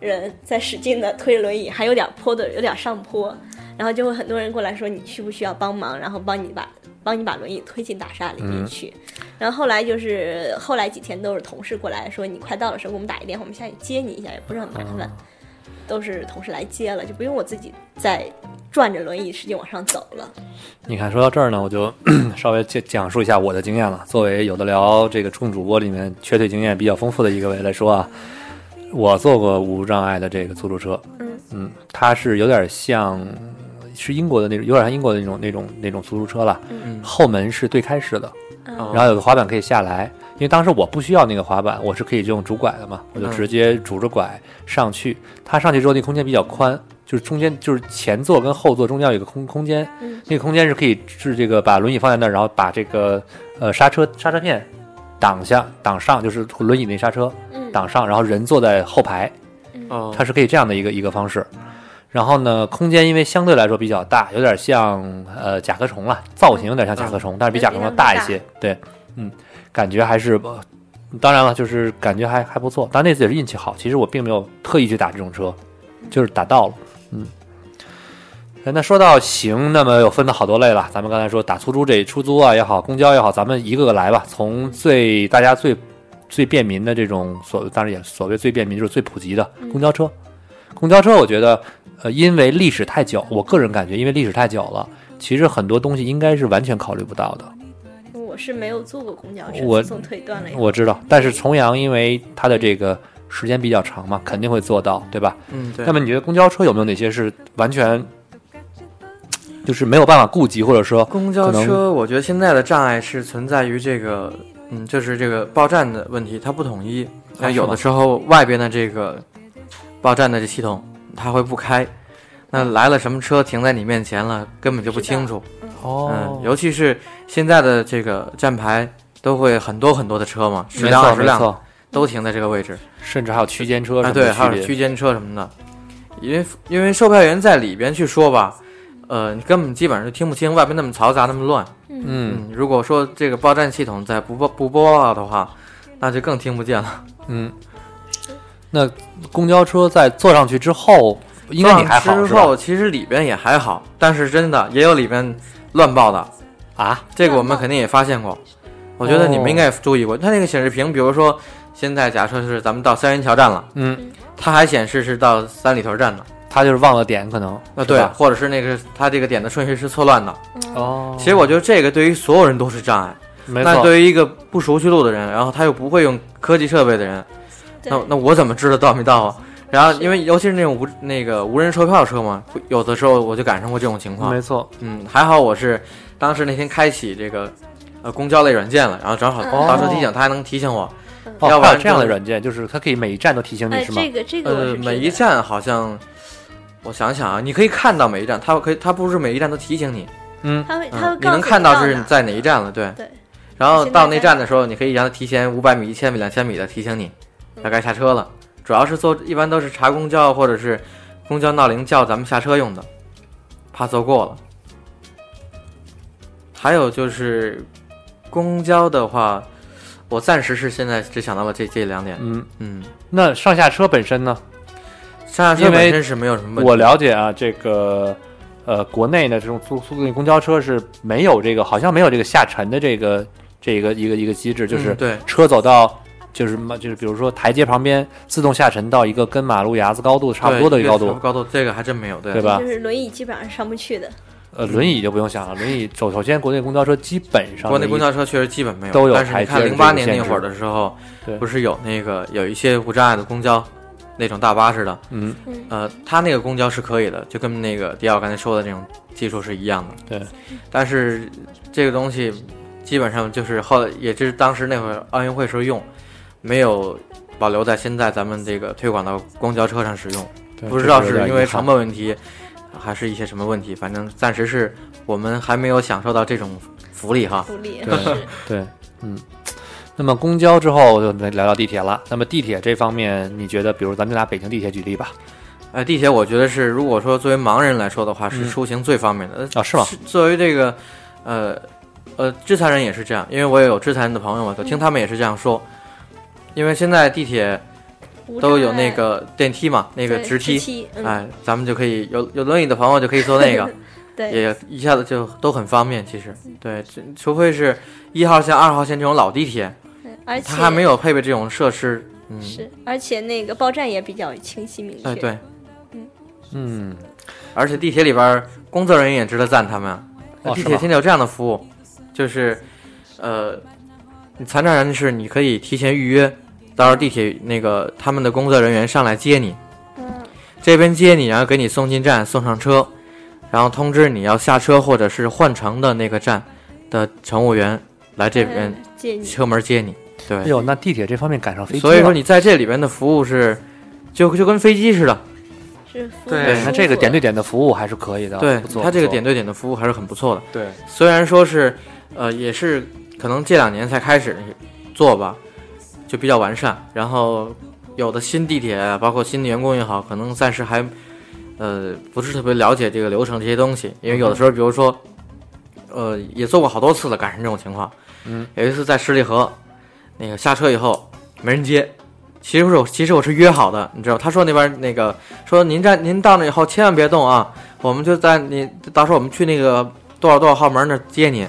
Speaker 7: 人在使劲的推着轮椅，还有点坡的，有点上坡，然后就会很多人过来说你需不需要帮忙，然后帮你把帮你把轮椅推进大厦里面去。然后后来就是后来几天都是同事过来说你快到的时候给我们打一电话，我们下去接你一下，也不是很麻
Speaker 8: 哦
Speaker 7: 烦，都是同事来接了，就不用我自己再转着轮椅使劲往上走了。
Speaker 3: 你看，说到这儿呢，我就 稍微讲讲述一下我的经验了。作为有的聊这个冲主播里面缺腿经验比较丰富的一个位来说啊，我坐过无障碍的这个出租车，
Speaker 7: 嗯
Speaker 3: 嗯，它是有点像是英国的那种，有点像英国的那种那种那种出租车了，
Speaker 8: 嗯哦
Speaker 3: 后门是对开式的，
Speaker 7: 嗯
Speaker 3: 然后有个滑板可以下来，因为当时我不需要那个滑板，我是可以用拄拐的嘛，我就
Speaker 8: 嗯
Speaker 3: 直接拄着拐上去。它上去之后，那空间比较宽，就是中间就是前座跟后座中间有一个空空间，
Speaker 7: 嗯
Speaker 3: 那个空间是可以是这个把轮椅放在那儿，然后把这个呃刹车刹车片挡下挡上，就是轮椅那刹车
Speaker 7: 嗯
Speaker 3: 挡上，然后人坐在后排，
Speaker 8: 哦，
Speaker 3: 它是可以这样的一个一个方式。然后呢，空间因为相对来说比较大，有点像呃甲壳虫了，造型有点像甲壳虫，但是比甲壳虫大一些。对，嗯，感觉还是，呃当然了，就是感觉还还不错。但那次也是运气好，其实我并没有特意去打这种车，就是打到了。嗯，哎那说到行，那么又分了好多类了。咱们刚才说打出租这出租啊也好，公交也好，咱们一个个来吧，从最大家最最便民的这种所，当然也所谓最便民就是最普及的公交车。公交车，我觉得，呃，因为历史太久，我个人感觉，因为历史太久了，其实很多东西应该是完全考虑不到的。
Speaker 7: 我是没有坐过公交车，
Speaker 3: 我
Speaker 7: 自从腿断了以后，
Speaker 3: 我知道，但是重阳因为它的这个时间比较长嘛，肯定会做到，对吧？
Speaker 8: 嗯，对
Speaker 3: 那。么你觉得公交车有没有哪些是完全就是没有办法顾及，或者说，
Speaker 8: 公交
Speaker 3: 可
Speaker 8: 车，
Speaker 3: 能
Speaker 8: 我觉得现在的障碍是存在于这个，嗯，就是这个报站的问题，它不统一。那
Speaker 3: 啊是
Speaker 8: 有
Speaker 3: 吗
Speaker 8: 的时候外边的这个报站的这系统，它会不开。那来了什么车停在你面前了，根本就不清楚。
Speaker 3: 哦
Speaker 8: 嗯，尤其是现在的这个站牌都会很多很多的车嘛，十
Speaker 3: 没
Speaker 8: 辆
Speaker 3: 错
Speaker 8: 二十
Speaker 3: 没
Speaker 8: 辆
Speaker 3: 错，
Speaker 8: 都停在这个位置。
Speaker 3: 甚至还有区间车什
Speaker 8: 啊，
Speaker 3: 么的
Speaker 8: 对，
Speaker 3: 区别、
Speaker 8: 还有区间车什么的，因为因为售票员在里边去说吧，呃，你根本基本上就听不清外边那么嘈杂那么乱。
Speaker 3: 嗯
Speaker 8: 嗯，如果说这个报站系统在不播不播报的话，那就更听不见了。
Speaker 3: 嗯。那公交车在坐上去之后，应该你还好
Speaker 8: 之
Speaker 3: 是吧？
Speaker 8: 后其实里边也还好，但是真的也有里边乱报的，
Speaker 3: 啊，哦
Speaker 8: 这个我们肯定也发现过。我觉得你们应该也注意过，它那个显示屏，比如说现在假设是咱们到三元桥站了，
Speaker 3: 嗯，
Speaker 8: 它还显示是到三里屯站呢。
Speaker 3: 他就是忘了点，可能
Speaker 8: 啊，
Speaker 3: 是
Speaker 8: 对，
Speaker 3: 吧
Speaker 8: 或者是那个他这个点的顺序是错乱的。
Speaker 7: 嗯
Speaker 3: 哦，
Speaker 8: 其实我觉得这个对于所有人都是障碍。
Speaker 3: 没
Speaker 8: 那
Speaker 3: 错，
Speaker 8: 对于一个不熟悉路的人，然后他又不会用科技设备的人，
Speaker 7: 对
Speaker 8: 那那我怎么知道到没到啊？然后因为尤其是那种无那个无人售票车嘛，有的时候我就赶上过这种情况
Speaker 3: 没。错，
Speaker 8: 嗯，还好我是当时那天开启这个呃公交类软件了，然后正好
Speaker 7: 哦
Speaker 8: 到时候提醒他还能提醒我。
Speaker 3: 哦，
Speaker 8: 要不然
Speaker 3: 还有这样的
Speaker 8: 就
Speaker 3: 软件，就是它可以每一站都提醒你，
Speaker 7: 哎，
Speaker 3: 是吗？
Speaker 7: 这个这个我
Speaker 8: 呃，
Speaker 7: 是
Speaker 8: 每
Speaker 7: 知
Speaker 8: 一
Speaker 7: 道
Speaker 8: 站好像，我想想啊，你可以看到每一站，它可以它不是每一站都提醒你，
Speaker 7: 他会他会告
Speaker 8: 嗯，你
Speaker 7: 诉
Speaker 8: 能看到是
Speaker 7: 哪
Speaker 8: 你在哪一站了，对。
Speaker 7: 对。
Speaker 8: 然后
Speaker 7: 现在
Speaker 8: 到那
Speaker 7: 在
Speaker 8: 站的时候，你可以让它提前五百米、一千米、两千米的提醒你，
Speaker 7: 嗯
Speaker 8: 大概下车了。主要是坐，一般都是查公交或者是公交闹铃叫咱们下车用的，怕坐过了。还有就是公交的话，我暂时是现在只想到了这这两点。
Speaker 3: 嗯，
Speaker 8: 嗯，
Speaker 3: 那上下车本身呢？
Speaker 8: 上下
Speaker 3: 因
Speaker 8: 车
Speaker 3: 为
Speaker 8: 本身是没有什么问题。嗯
Speaker 3: 我了解啊，这个呃，国内呢这种速速度公交车是没有这个，好像没有这个下沉的这个这个一个一个机制，就是
Speaker 8: 嗯对，
Speaker 3: 车走到。就是嘛，就是比如说台阶旁边自动下沉到一个跟马路牙子高度差不多的一个高
Speaker 8: 对
Speaker 3: 度，
Speaker 8: 高度这个还真没有，对
Speaker 3: 对吧
Speaker 7: 就是轮椅基本上上不去的，
Speaker 3: 呃，轮椅就不用想了，轮椅首首先国内公交车基本上
Speaker 8: 国内公
Speaker 3: 轮椅
Speaker 8: 交车确实基本没有，
Speaker 3: 都有
Speaker 8: 但是你看
Speaker 3: 台阶
Speaker 8: 零
Speaker 3: 的
Speaker 8: 八
Speaker 3: 这个
Speaker 8: 年那
Speaker 3: 限制
Speaker 8: 会儿的时候
Speaker 3: 对，
Speaker 8: 不是有那个有一些无障碍的公交，那种大巴似的，
Speaker 3: 嗯，
Speaker 8: 呃，它那个公交是可以的，就跟那个迪奥刚才说的那种技术是一样的。
Speaker 3: 对，
Speaker 8: 但是这个东西基本上就是后来，也就是当时那会儿奥运会时候用，没有保留在现在咱们这个推广到公交车上使用。
Speaker 3: 对
Speaker 8: 不
Speaker 3: 这
Speaker 8: 知道
Speaker 3: 个有
Speaker 8: 是
Speaker 3: 点
Speaker 8: 因
Speaker 3: 遗
Speaker 8: 为
Speaker 3: 憾
Speaker 8: 成本问题，还是一些什么问题，反正暂时是我们还没有享受到这种福利哈。
Speaker 7: 福利
Speaker 3: 对
Speaker 7: 是
Speaker 3: 对，嗯。那么公交之后就来聊聊地铁了。那么地铁这方面，你觉得，比如咱就拿北京地铁举例吧？
Speaker 8: 呃，地铁我觉得是，如果说作为盲人来说的话，是
Speaker 3: 嗯
Speaker 8: 出行最方便的。呃
Speaker 3: 啊，是吗？
Speaker 8: 作为这个，呃，呃，智残人也是这样，因为我也有智残人的朋友嘛，就
Speaker 7: 嗯
Speaker 8: 听他们也是这样说。因为现在地铁
Speaker 7: 无
Speaker 8: 都有
Speaker 7: 障
Speaker 8: 那
Speaker 7: 碍
Speaker 8: 个电梯嘛，那个
Speaker 7: 对
Speaker 8: 直梯，
Speaker 7: 梯，嗯，
Speaker 8: 哎，咱们就可以有有轮椅的朋友就可以坐那个，
Speaker 7: 对，嗯
Speaker 8: 也一下子就都很方便。其实，对，这除非是一号线、二号线这种老地铁，
Speaker 7: 嗯而且
Speaker 8: 它还没有配备这种设施。嗯，
Speaker 7: 是，而且那个报站也比较清晰明确，
Speaker 8: 哎对，
Speaker 3: 嗯，
Speaker 8: 而且地铁里边儿工作人员也值得赞他们啊。
Speaker 3: 哦
Speaker 8: 地
Speaker 3: 是
Speaker 8: 铁
Speaker 3: 吗
Speaker 8: 现在有这样的服务，就是，呃，你残障人士你可以提前预约，到时候地铁那个他们的工作人员上来接你，
Speaker 7: 嗯，
Speaker 8: 这边接你，然后给你送进站，送上车，然后通知你要下车或者是换乘的那个站的乘务员来这边
Speaker 7: 嗯建议
Speaker 8: 车门接你。
Speaker 3: 哎
Speaker 8: 对，
Speaker 3: 呦，那地铁这方面赶上飞机了。
Speaker 8: 所以说你在这里边的服务是，就就跟飞机似的。
Speaker 7: 是服务
Speaker 8: 对
Speaker 7: 舒
Speaker 3: 那这个
Speaker 7: 服
Speaker 3: 点对点的服务还是可以的，
Speaker 8: 对
Speaker 3: 不，错。
Speaker 8: 它这个
Speaker 3: 不错
Speaker 8: 点对点的服务还是很不错的。
Speaker 3: 对，
Speaker 8: 虽然说是，呃，也是可能这两年才开始做吧，就比较完善。然后有的新地铁，包括新的员工也好，可能暂时还，呃，不是特别了解这个流程这些东西。因为有的时
Speaker 3: 嗯
Speaker 8: 候，比如说，呃，也做过好多次了，赶上这种情况。
Speaker 3: 嗯，
Speaker 8: 有一次在十里河，那个下车以后没人接。其实我其实我是约好的，你知道，他说那边那个说您站您到那以后千万别动啊，我们就在你到时候我们去那个多少多少号门那儿接你，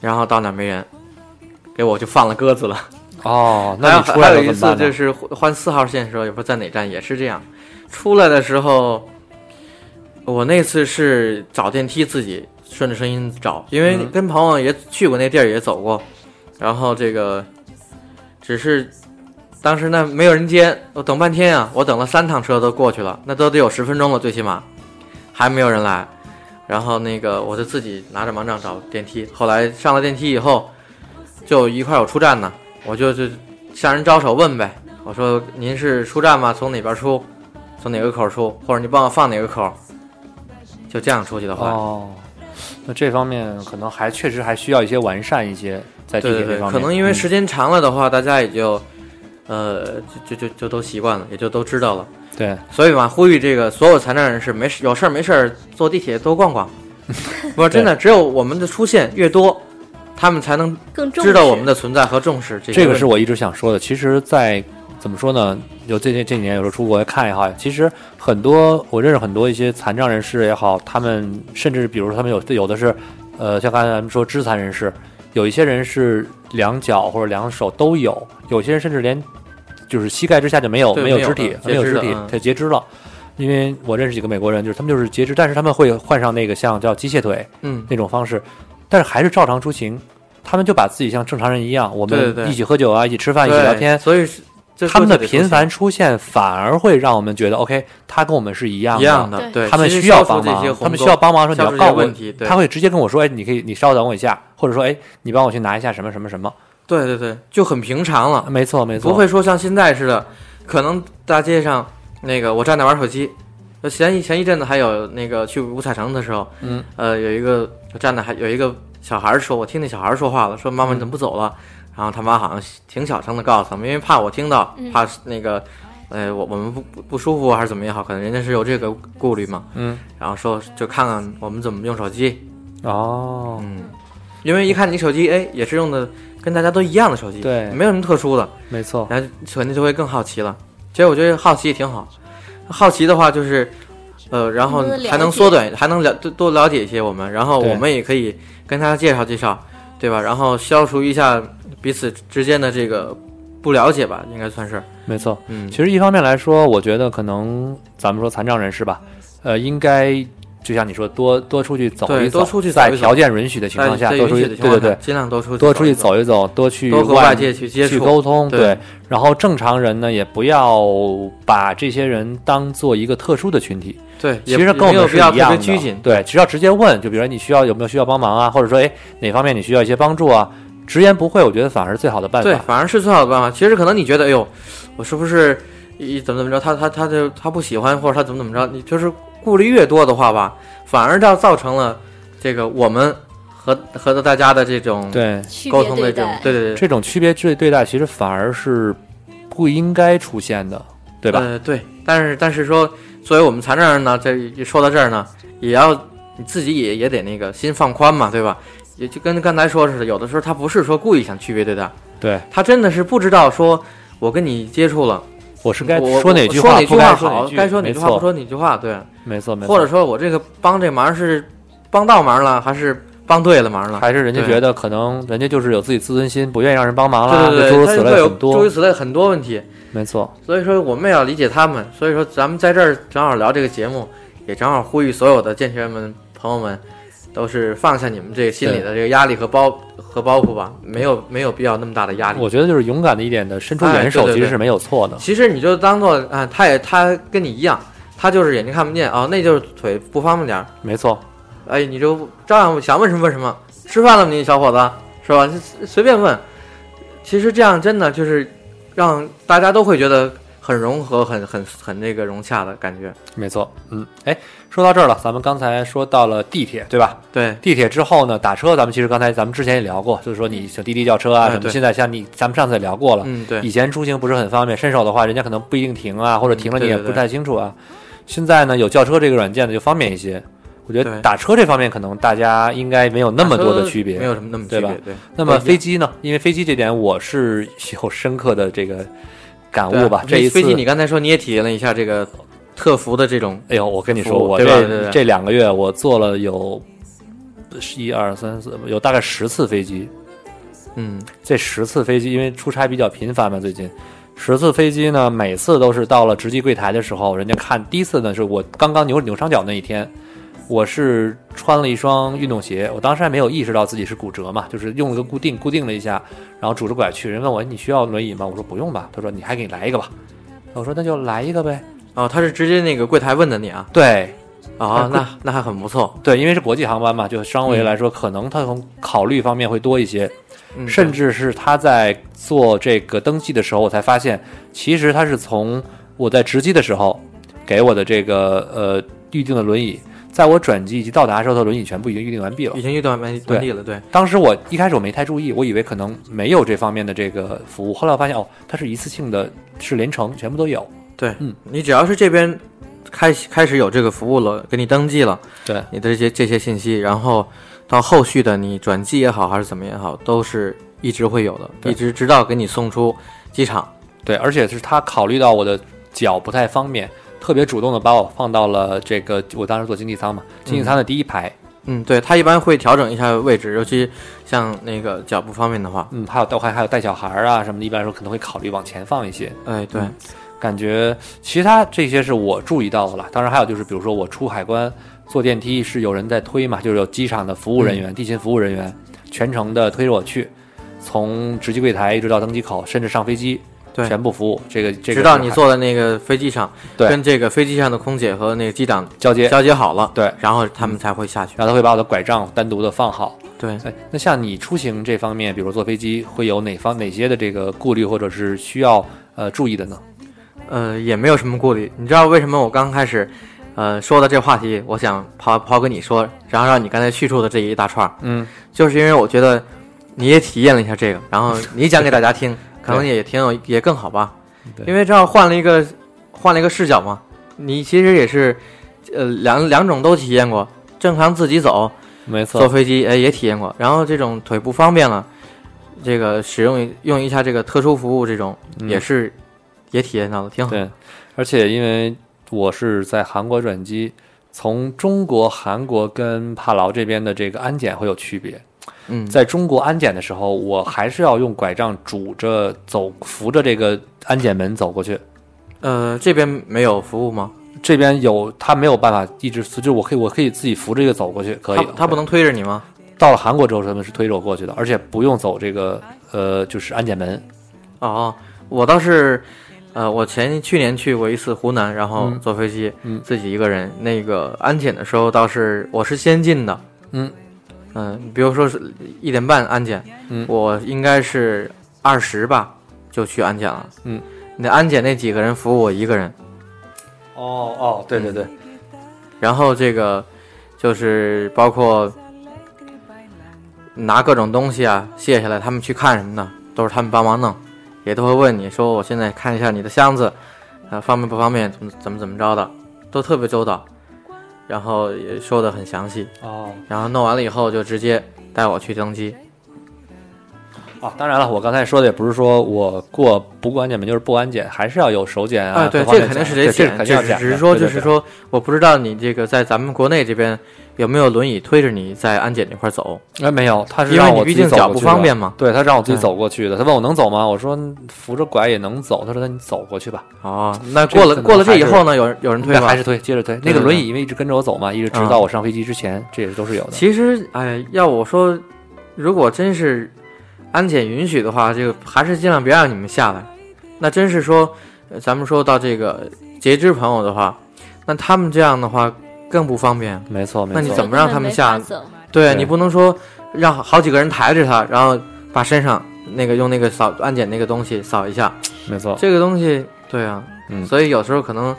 Speaker 8: 然后到那儿没人，给我就放了鸽子了。
Speaker 3: 哦，
Speaker 8: 还
Speaker 3: 那
Speaker 8: 有
Speaker 3: 你出来
Speaker 8: 还有
Speaker 3: 了
Speaker 8: 一
Speaker 3: 怎么
Speaker 8: 次
Speaker 3: 办
Speaker 8: 就
Speaker 3: 呢？
Speaker 8: 是换四号线的时候，也不知道在哪站也是这样，出来的时候，我那次是找电梯自己顺着声音找，因为
Speaker 3: 嗯
Speaker 8: 跟朋友也去过那地儿也走过，然后这个只是。当时呢，没有人接，我等半天啊，我等了三趟车都过去了，那都得有十分钟了，最起码还没有人来。然后那个我就自己拿着盲杖找电梯，后来上了电梯以后，就一块儿有出站呢，我就就向人招手问呗，我说您是出站吗？从哪边出？从哪个口出？或者你帮我放哪个口？就这样出去的话，
Speaker 3: 哦，那这方面可能还确实还需要一些完善一些，在地
Speaker 8: 对
Speaker 3: 铁
Speaker 8: 对
Speaker 3: 这
Speaker 8: 对，
Speaker 3: 方面。
Speaker 8: 可能因为
Speaker 3: 嗯
Speaker 8: 时间长了的话，大家也就呃就就就就都习惯了，也就都知道了。
Speaker 3: 嗯对，
Speaker 8: 所以嘛，呼吁这个所有残障人士没事有事儿没事儿坐地铁多逛逛。不是 真的，只有我们的出现越多，他们才能
Speaker 7: 更重
Speaker 8: 知道
Speaker 7: 视
Speaker 8: 我们的存在和重视这
Speaker 3: 这个
Speaker 8: 问
Speaker 3: 是我一直想说的。其实在，怎么说呢？有最近这几年有时候出国看也好，其实很多我认识很多一些残障人士也好，他们甚至比如说他们有有的是，呃，像刚才咱们说肢残人士，有一些人是两脚或者两手都有，有些人甚至连就是膝盖之下就没有
Speaker 8: 对
Speaker 3: 有
Speaker 8: 没有
Speaker 3: 肢体
Speaker 8: 的，
Speaker 3: 没有
Speaker 8: 截肢
Speaker 3: 肢
Speaker 8: 的
Speaker 3: 体
Speaker 8: 嗯，
Speaker 3: 他截肢了。因为我认识几个美国人，就是他们就是截肢，但是他们会换上那个像叫机械腿
Speaker 8: 嗯，
Speaker 3: 那种方式，但是还是照常出行。他们就把自己像正常人一样，我
Speaker 8: 对
Speaker 3: 们
Speaker 8: 对对
Speaker 3: 一起喝酒啊，一起吃饭，一起
Speaker 8: 对
Speaker 3: 聊天。
Speaker 8: 所以是这
Speaker 3: 他们的
Speaker 8: 就得出现
Speaker 3: 频繁出现反而会让我们觉得，OK，他跟我们是一样
Speaker 8: 一样
Speaker 7: 的
Speaker 8: 的，对，
Speaker 3: 他们
Speaker 8: 其实
Speaker 3: 需要
Speaker 8: 消除
Speaker 3: 帮
Speaker 8: 这些
Speaker 3: 忙，
Speaker 8: 鸿
Speaker 3: 他们
Speaker 8: 沟
Speaker 3: 需要帮忙的时
Speaker 8: 消
Speaker 3: 候
Speaker 8: 除
Speaker 3: 你
Speaker 8: 这
Speaker 3: 要
Speaker 8: 些
Speaker 3: 告我
Speaker 8: 问，题，对
Speaker 3: 他，会直接跟我说，哎，你可以，你稍等我一下，或者说，哎，你帮我去拿一下什么什么什么。
Speaker 8: 对对对，就很平常了，
Speaker 3: 没错，没错，
Speaker 8: 不会说像现在似的，可能大街上那个我站那玩手机。呃前一前一阵子还有那个去五彩城的时候，
Speaker 3: 嗯，
Speaker 8: 呃，有一个我站那还有一个小孩儿说，我听那小孩儿说话了，说妈妈你怎么不走了？然后他妈好像挺小声的告诉他们，因为怕我听到，
Speaker 7: 嗯
Speaker 8: 怕那个，呃，我我们不不不舒服啊还是怎么也好，可能人家是有这个顾虑嘛。
Speaker 3: 嗯，
Speaker 8: 然后说就看看我们怎么用手机，
Speaker 3: 哦，
Speaker 8: 嗯，因为一看你手机，哎，也是用的跟大家都一样的手机，
Speaker 3: 对
Speaker 8: 没有什么特殊的，
Speaker 3: 没错，
Speaker 8: 然后肯定就会更好奇了。其实我觉得好奇也挺好，好奇的话就是，呃，然后
Speaker 7: 多了解
Speaker 8: 还能缩短，还能了多多了解一些我们，然后
Speaker 3: 对
Speaker 8: 我们也可以跟他介绍介绍，对吧？然后消除一下彼此之间的这个不了解吧，应该算是，
Speaker 3: 没错。
Speaker 8: 嗯，
Speaker 3: 其实一方面来说，我觉得可能咱们说残障人士吧，呃，应该就像你说，多多出去走
Speaker 8: 对
Speaker 3: 一走，
Speaker 8: 多出去走一
Speaker 3: 在
Speaker 8: 走
Speaker 3: 条件允许的情况下，
Speaker 8: 在在
Speaker 3: 多出
Speaker 8: 允许
Speaker 3: 去，对
Speaker 8: 的情况
Speaker 3: 对
Speaker 8: 下
Speaker 3: 对，
Speaker 8: 尽量多出去
Speaker 3: 多出去
Speaker 8: 走
Speaker 3: 走
Speaker 8: 一
Speaker 3: 一走，多去
Speaker 8: 走，多和
Speaker 3: 外
Speaker 8: 外界去接
Speaker 3: 去
Speaker 8: 触，
Speaker 3: 沟通，
Speaker 8: 对
Speaker 3: 然后正常人呢，也不要把这些人当做一个特殊的群体，
Speaker 8: 对，
Speaker 3: 其
Speaker 8: 也
Speaker 3: 实跟我
Speaker 8: 也没有
Speaker 3: 们是
Speaker 8: 必
Speaker 3: 一
Speaker 8: 要
Speaker 3: 样
Speaker 8: 特
Speaker 3: 的。
Speaker 8: 别拘谨，
Speaker 3: 对，只要直接问，就比如说你需要有没有需要帮忙啊，或者说哎哪方面你需要一些帮助啊，直言不讳，我觉得反而是最好的办
Speaker 8: 对，
Speaker 3: 法。
Speaker 8: 反而是最好的办法。其实可能你觉得，哎呦，我是不是一怎么怎么着？他他他就他不喜欢，或者他怎么怎么着？你就是顾虑越多的话吧，反而倒造成了这个我们和和大家的这种
Speaker 3: 对，
Speaker 7: 区
Speaker 8: 沟
Speaker 7: 别
Speaker 8: 通的
Speaker 7: 对
Speaker 8: 这种
Speaker 7: 待，，
Speaker 8: 对对对，
Speaker 3: 这种区别对对待，其实反而是不应该出现的，对吧？
Speaker 8: 呃对，但是但是说，作为我们残障人呢，这一说到这儿呢，也要你自己也也得那个心放宽嘛，对吧？也就跟刚才说似的，有的时候他不是说故意想区别对待，
Speaker 3: 对，
Speaker 8: 他真的是不知道说，我跟你接触了。
Speaker 3: 我是该
Speaker 8: 我
Speaker 3: 说
Speaker 8: 我
Speaker 3: 哪句
Speaker 8: 句
Speaker 3: 话，不该
Speaker 8: 好，
Speaker 3: 句，
Speaker 8: 该说
Speaker 3: 没
Speaker 8: 哪句话不
Speaker 3: 错，
Speaker 8: 说哪句话，对。
Speaker 3: 没错，没错。
Speaker 8: 或者说我这个帮这忙是帮倒忙了，还是帮对了忙了？
Speaker 3: 还是人家
Speaker 8: 对
Speaker 3: 觉得可能人家就是有自己自尊心，不愿意让人帮忙啦，
Speaker 8: 对对
Speaker 3: 诸
Speaker 8: 对，
Speaker 3: 如
Speaker 8: 他
Speaker 3: 此
Speaker 8: 就
Speaker 3: 类
Speaker 8: 会有
Speaker 3: 很
Speaker 8: 诸
Speaker 3: 多
Speaker 8: 如，此类很多问题，
Speaker 3: 没错，
Speaker 8: 所以说我们也要理解他们。所以说咱们在这儿正好聊这个节目，也正好呼吁所有的健全人们朋友们，都是放下你们这个心里的这个压力和包和包袱吧，没有没有必要那么大的压力。
Speaker 3: 我觉得就是勇敢的一点的伸出
Speaker 8: 哎
Speaker 3: 援手，
Speaker 8: 对对
Speaker 3: 其实
Speaker 8: 对
Speaker 3: 是没有错的。
Speaker 8: 其实你就当做啊，他也他跟你一样，他就是眼睛看不见啊、哦那就是腿不方便点儿。
Speaker 3: 没错，
Speaker 8: 哎，你就照样想问什么问什么，吃饭了吗？你小伙子是吧？ 随随便问。其实这样真的就是让大家都会觉得很融合，很很很那个融洽的感觉。
Speaker 3: 没错，嗯，哎，说到这儿了，咱们刚才说到了地铁，对吧？
Speaker 8: 对
Speaker 3: 地铁之后呢，打车，咱们其实刚才咱们之前也聊过，就是说你小滴滴叫车啊
Speaker 8: 哎
Speaker 3: 什么，
Speaker 8: 对
Speaker 3: 现在像你咱们上次也聊过了，
Speaker 8: 嗯，对嗯
Speaker 3: 以前出行不是很方便，伸手的话，人家可能不一定停啊，或者停了你
Speaker 8: 对
Speaker 3: 也
Speaker 8: 对
Speaker 3: 不太清楚啊。现在呢，有轿车这个软件呢，就方便一些。我觉
Speaker 8: 对
Speaker 3: 得打车这方面可能大家应该没有那么多的区别
Speaker 8: 没。有什么那么区
Speaker 3: 对吧
Speaker 8: 别。对，
Speaker 3: 那么飞机呢？因为飞机这点我是有深刻的这个感
Speaker 8: 对
Speaker 3: 悟吧。这一次
Speaker 8: 啊飞机，你刚才说你也体验了一下这个特服的这种，
Speaker 3: 哎呦，我跟你说，
Speaker 8: 服务
Speaker 3: 我
Speaker 8: 对
Speaker 3: 这
Speaker 8: 吧对对对
Speaker 3: 这两个月我坐了有一二三四，有大概十次飞机。
Speaker 8: 嗯，
Speaker 3: 这十次飞机，因为出差比较频繁嘛，最近十次飞机呢，每次都是到了值机柜台的时候，人家看第一次呢是我刚刚扭扭伤脚那一天，我是穿了一双运动鞋，我当时还没有意识到自己是骨折嘛，就是用了个固定固定了一下，然后拄着拐去，人问我哎你需要轮椅吗？我说不用吧，他说你还给你来一个吧，我说那就来一个呗，
Speaker 8: 哦，他是直接那个柜台问的你啊，
Speaker 3: 对，啊
Speaker 8: 哦，那那还很不错，
Speaker 3: 对，因为是国际航班嘛，就商务人来说，可能他从考虑方面会多一些，
Speaker 8: 嗯
Speaker 3: 甚至是他在做这个登记的时候，我才发现，其实他是从我在值机的时候给我的这个呃预定的轮椅，在我转机以及到达的时候，他轮椅全部已经预定完毕了
Speaker 8: 已。经遇到完
Speaker 3: 对
Speaker 8: 完例了，对，
Speaker 3: 当时我一开始我没太注意，我以为可能没有这方面的这个服务，后来我发现哦，它是一次性的，是连程全部都有。
Speaker 8: 对，
Speaker 3: 嗯
Speaker 8: 你只要是这边开始开始有这个服务了，给你登记了，
Speaker 3: 对
Speaker 8: 你的这些这些信息，然后到后续的你转机也好，还是怎么也好，都是一直会有的，
Speaker 3: 对
Speaker 8: 一直直到给你送出机场。
Speaker 3: 对，而且是他考虑到我的脚不太方便，特别主动的把我放到了这个我当时坐经济舱嘛，经济舱的第一排，
Speaker 8: 嗯，对他一般会调整一下位置，尤其像那个脚不方便的话，
Speaker 3: 嗯，还有带还还有带小孩儿啊什么的，一般来说可能会考虑往前放一些。
Speaker 8: 哎，对，
Speaker 3: 嗯感觉其他这些是我注意到的了。当然还有就是，比如说我出海关坐电梯是有人在推嘛，就是有机场的服务人员、
Speaker 8: 嗯
Speaker 3: 地勤服务人员全程的推着我去，从值机柜台一直到登机口，甚至上飞机，
Speaker 8: 对
Speaker 3: 全部服务。这个这个
Speaker 8: 直到
Speaker 3: 是
Speaker 8: 你
Speaker 3: 还
Speaker 8: 坐在那个飞机上，
Speaker 3: 对
Speaker 8: 跟这个飞机上的空姐和那个机长
Speaker 3: 交接，
Speaker 8: 交接好了，
Speaker 3: 对嗯
Speaker 8: 然后他们才会下去。
Speaker 3: 然后他会把我的拐杖单独的放好。
Speaker 8: 对，
Speaker 3: 哎，那像你出行这方面，比如坐飞机，会有哪方哪些的这个顾虑或者是需要呃注意的呢？
Speaker 8: 呃，也没有什么顾虑。你知道为什么我刚开始，呃，说的这话题，我想抛抛给你说，然后让你刚才叙述的这一大串儿，
Speaker 3: 嗯，
Speaker 8: 就是因为我觉得你也体验了一下这个，然后你讲给大家听，可能也挺有，也更好吧。
Speaker 3: 对
Speaker 8: 因为这样换了一个换了一个视角嘛，你其实也是，呃，两两种都体验过。正常自己走，
Speaker 3: 没
Speaker 8: 坐
Speaker 3: 错，
Speaker 8: 飞机，哎，也体验过。然后这种腿不方便了，这个使用用一下这个特殊服务，这种、
Speaker 3: 嗯
Speaker 8: 也是也体验到了，挺好。
Speaker 3: 对，而且因为我是在韩国转机，从中国、韩国跟帕劳这边的这个安检会有区别。
Speaker 8: 嗯，
Speaker 3: 在中国安检的时候，我还是要用拐杖拄着走，扶着这个安检门走过去。
Speaker 8: 呃，这边没有服务吗？
Speaker 3: 这边有他没有办法一直扶，就是我可以我可以自己扶着这个走过去，可以
Speaker 8: 他。他不能推着你吗？
Speaker 3: 到了韩国之后，他们是推着我过去的，而且不用走这个呃，就是安检门。
Speaker 8: 哦，我倒是，呃，我前去年去过一次湖南，然后
Speaker 3: 嗯
Speaker 8: 坐飞机，
Speaker 3: 嗯
Speaker 8: 自己一个人。那个安检的时候倒是我是先进的，
Speaker 3: 嗯
Speaker 8: 嗯、比如说是一点半安检，
Speaker 3: 嗯
Speaker 8: 我应该是二十吧就去安检了，
Speaker 3: 嗯，
Speaker 8: 那安检那几个人服务我一个人，
Speaker 3: 哦哦，对
Speaker 8: 对对，然后这个就是包括拿各种东西啊卸下来，他们去看什么的，都是他们帮忙弄，也都会问你说我现在看一下你的箱子，啊方便不方便，怎么怎么怎么着的，都特别周到，然后也说的很详细，
Speaker 3: 哦
Speaker 8: 然后弄完了以后就直接带我去登机，
Speaker 3: 啊，当然了，我刚才说的也不是说我过不过安检门就是不安检，还是要有手检啊。
Speaker 8: 对，
Speaker 3: 各方面
Speaker 8: 这肯定
Speaker 3: 检
Speaker 8: 是
Speaker 3: 对
Speaker 8: 得
Speaker 3: 这
Speaker 8: 检
Speaker 3: 肯，定
Speaker 8: 只
Speaker 3: 要
Speaker 8: 是
Speaker 3: 检
Speaker 8: 只
Speaker 3: 的
Speaker 8: 是说
Speaker 3: 对
Speaker 8: 就
Speaker 3: 对
Speaker 8: 是
Speaker 3: 对
Speaker 8: 说，我不知道你这个在咱们国内这边有没有轮椅推着你在安检那块走，
Speaker 3: 哎没有，他是
Speaker 8: 因为
Speaker 3: 让
Speaker 8: 你
Speaker 3: 我
Speaker 8: 毕
Speaker 3: 自己
Speaker 8: 竟
Speaker 3: 走
Speaker 8: 脚
Speaker 3: 过
Speaker 8: 不
Speaker 3: 去的
Speaker 8: 方便嘛。嗯
Speaker 3: 对他让我自己
Speaker 8: 对
Speaker 3: 走过去的，他问我能走吗？我说嗯扶着拐也能走。他说那你走过去吧，
Speaker 8: 哦，那
Speaker 3: 这
Speaker 8: 过
Speaker 3: 可
Speaker 8: 了
Speaker 3: 能
Speaker 8: 过了这
Speaker 3: 还
Speaker 8: 以
Speaker 3: 是
Speaker 8: 后呢？有人有人推
Speaker 3: 那
Speaker 8: 吗？
Speaker 3: 还是推，接着推。那
Speaker 8: 对
Speaker 3: 个
Speaker 8: 对
Speaker 3: 轮
Speaker 8: 对
Speaker 3: 椅因为一直跟着我走嘛，一直直
Speaker 8: 嗯
Speaker 3: 到我上飞机之前，这也都是有的。
Speaker 8: 其实，哎，要我说，如果真是安检允许的话，这个还是尽量别让你们下来。那真是说，呃咱们说到这个截肢朋友的话，那他们这样的话更不方便。
Speaker 3: 没错，没
Speaker 8: 那你
Speaker 3: 错
Speaker 8: 怎。么让他们下
Speaker 7: 根本没法走
Speaker 8: 对
Speaker 3: 对
Speaker 8: 你不能说让好几个人抬着他，然后把身上那个用那个扫安检那个东西扫一下，
Speaker 3: 没错，
Speaker 8: 这个东西，对啊，
Speaker 3: 嗯
Speaker 8: 所以有时候可能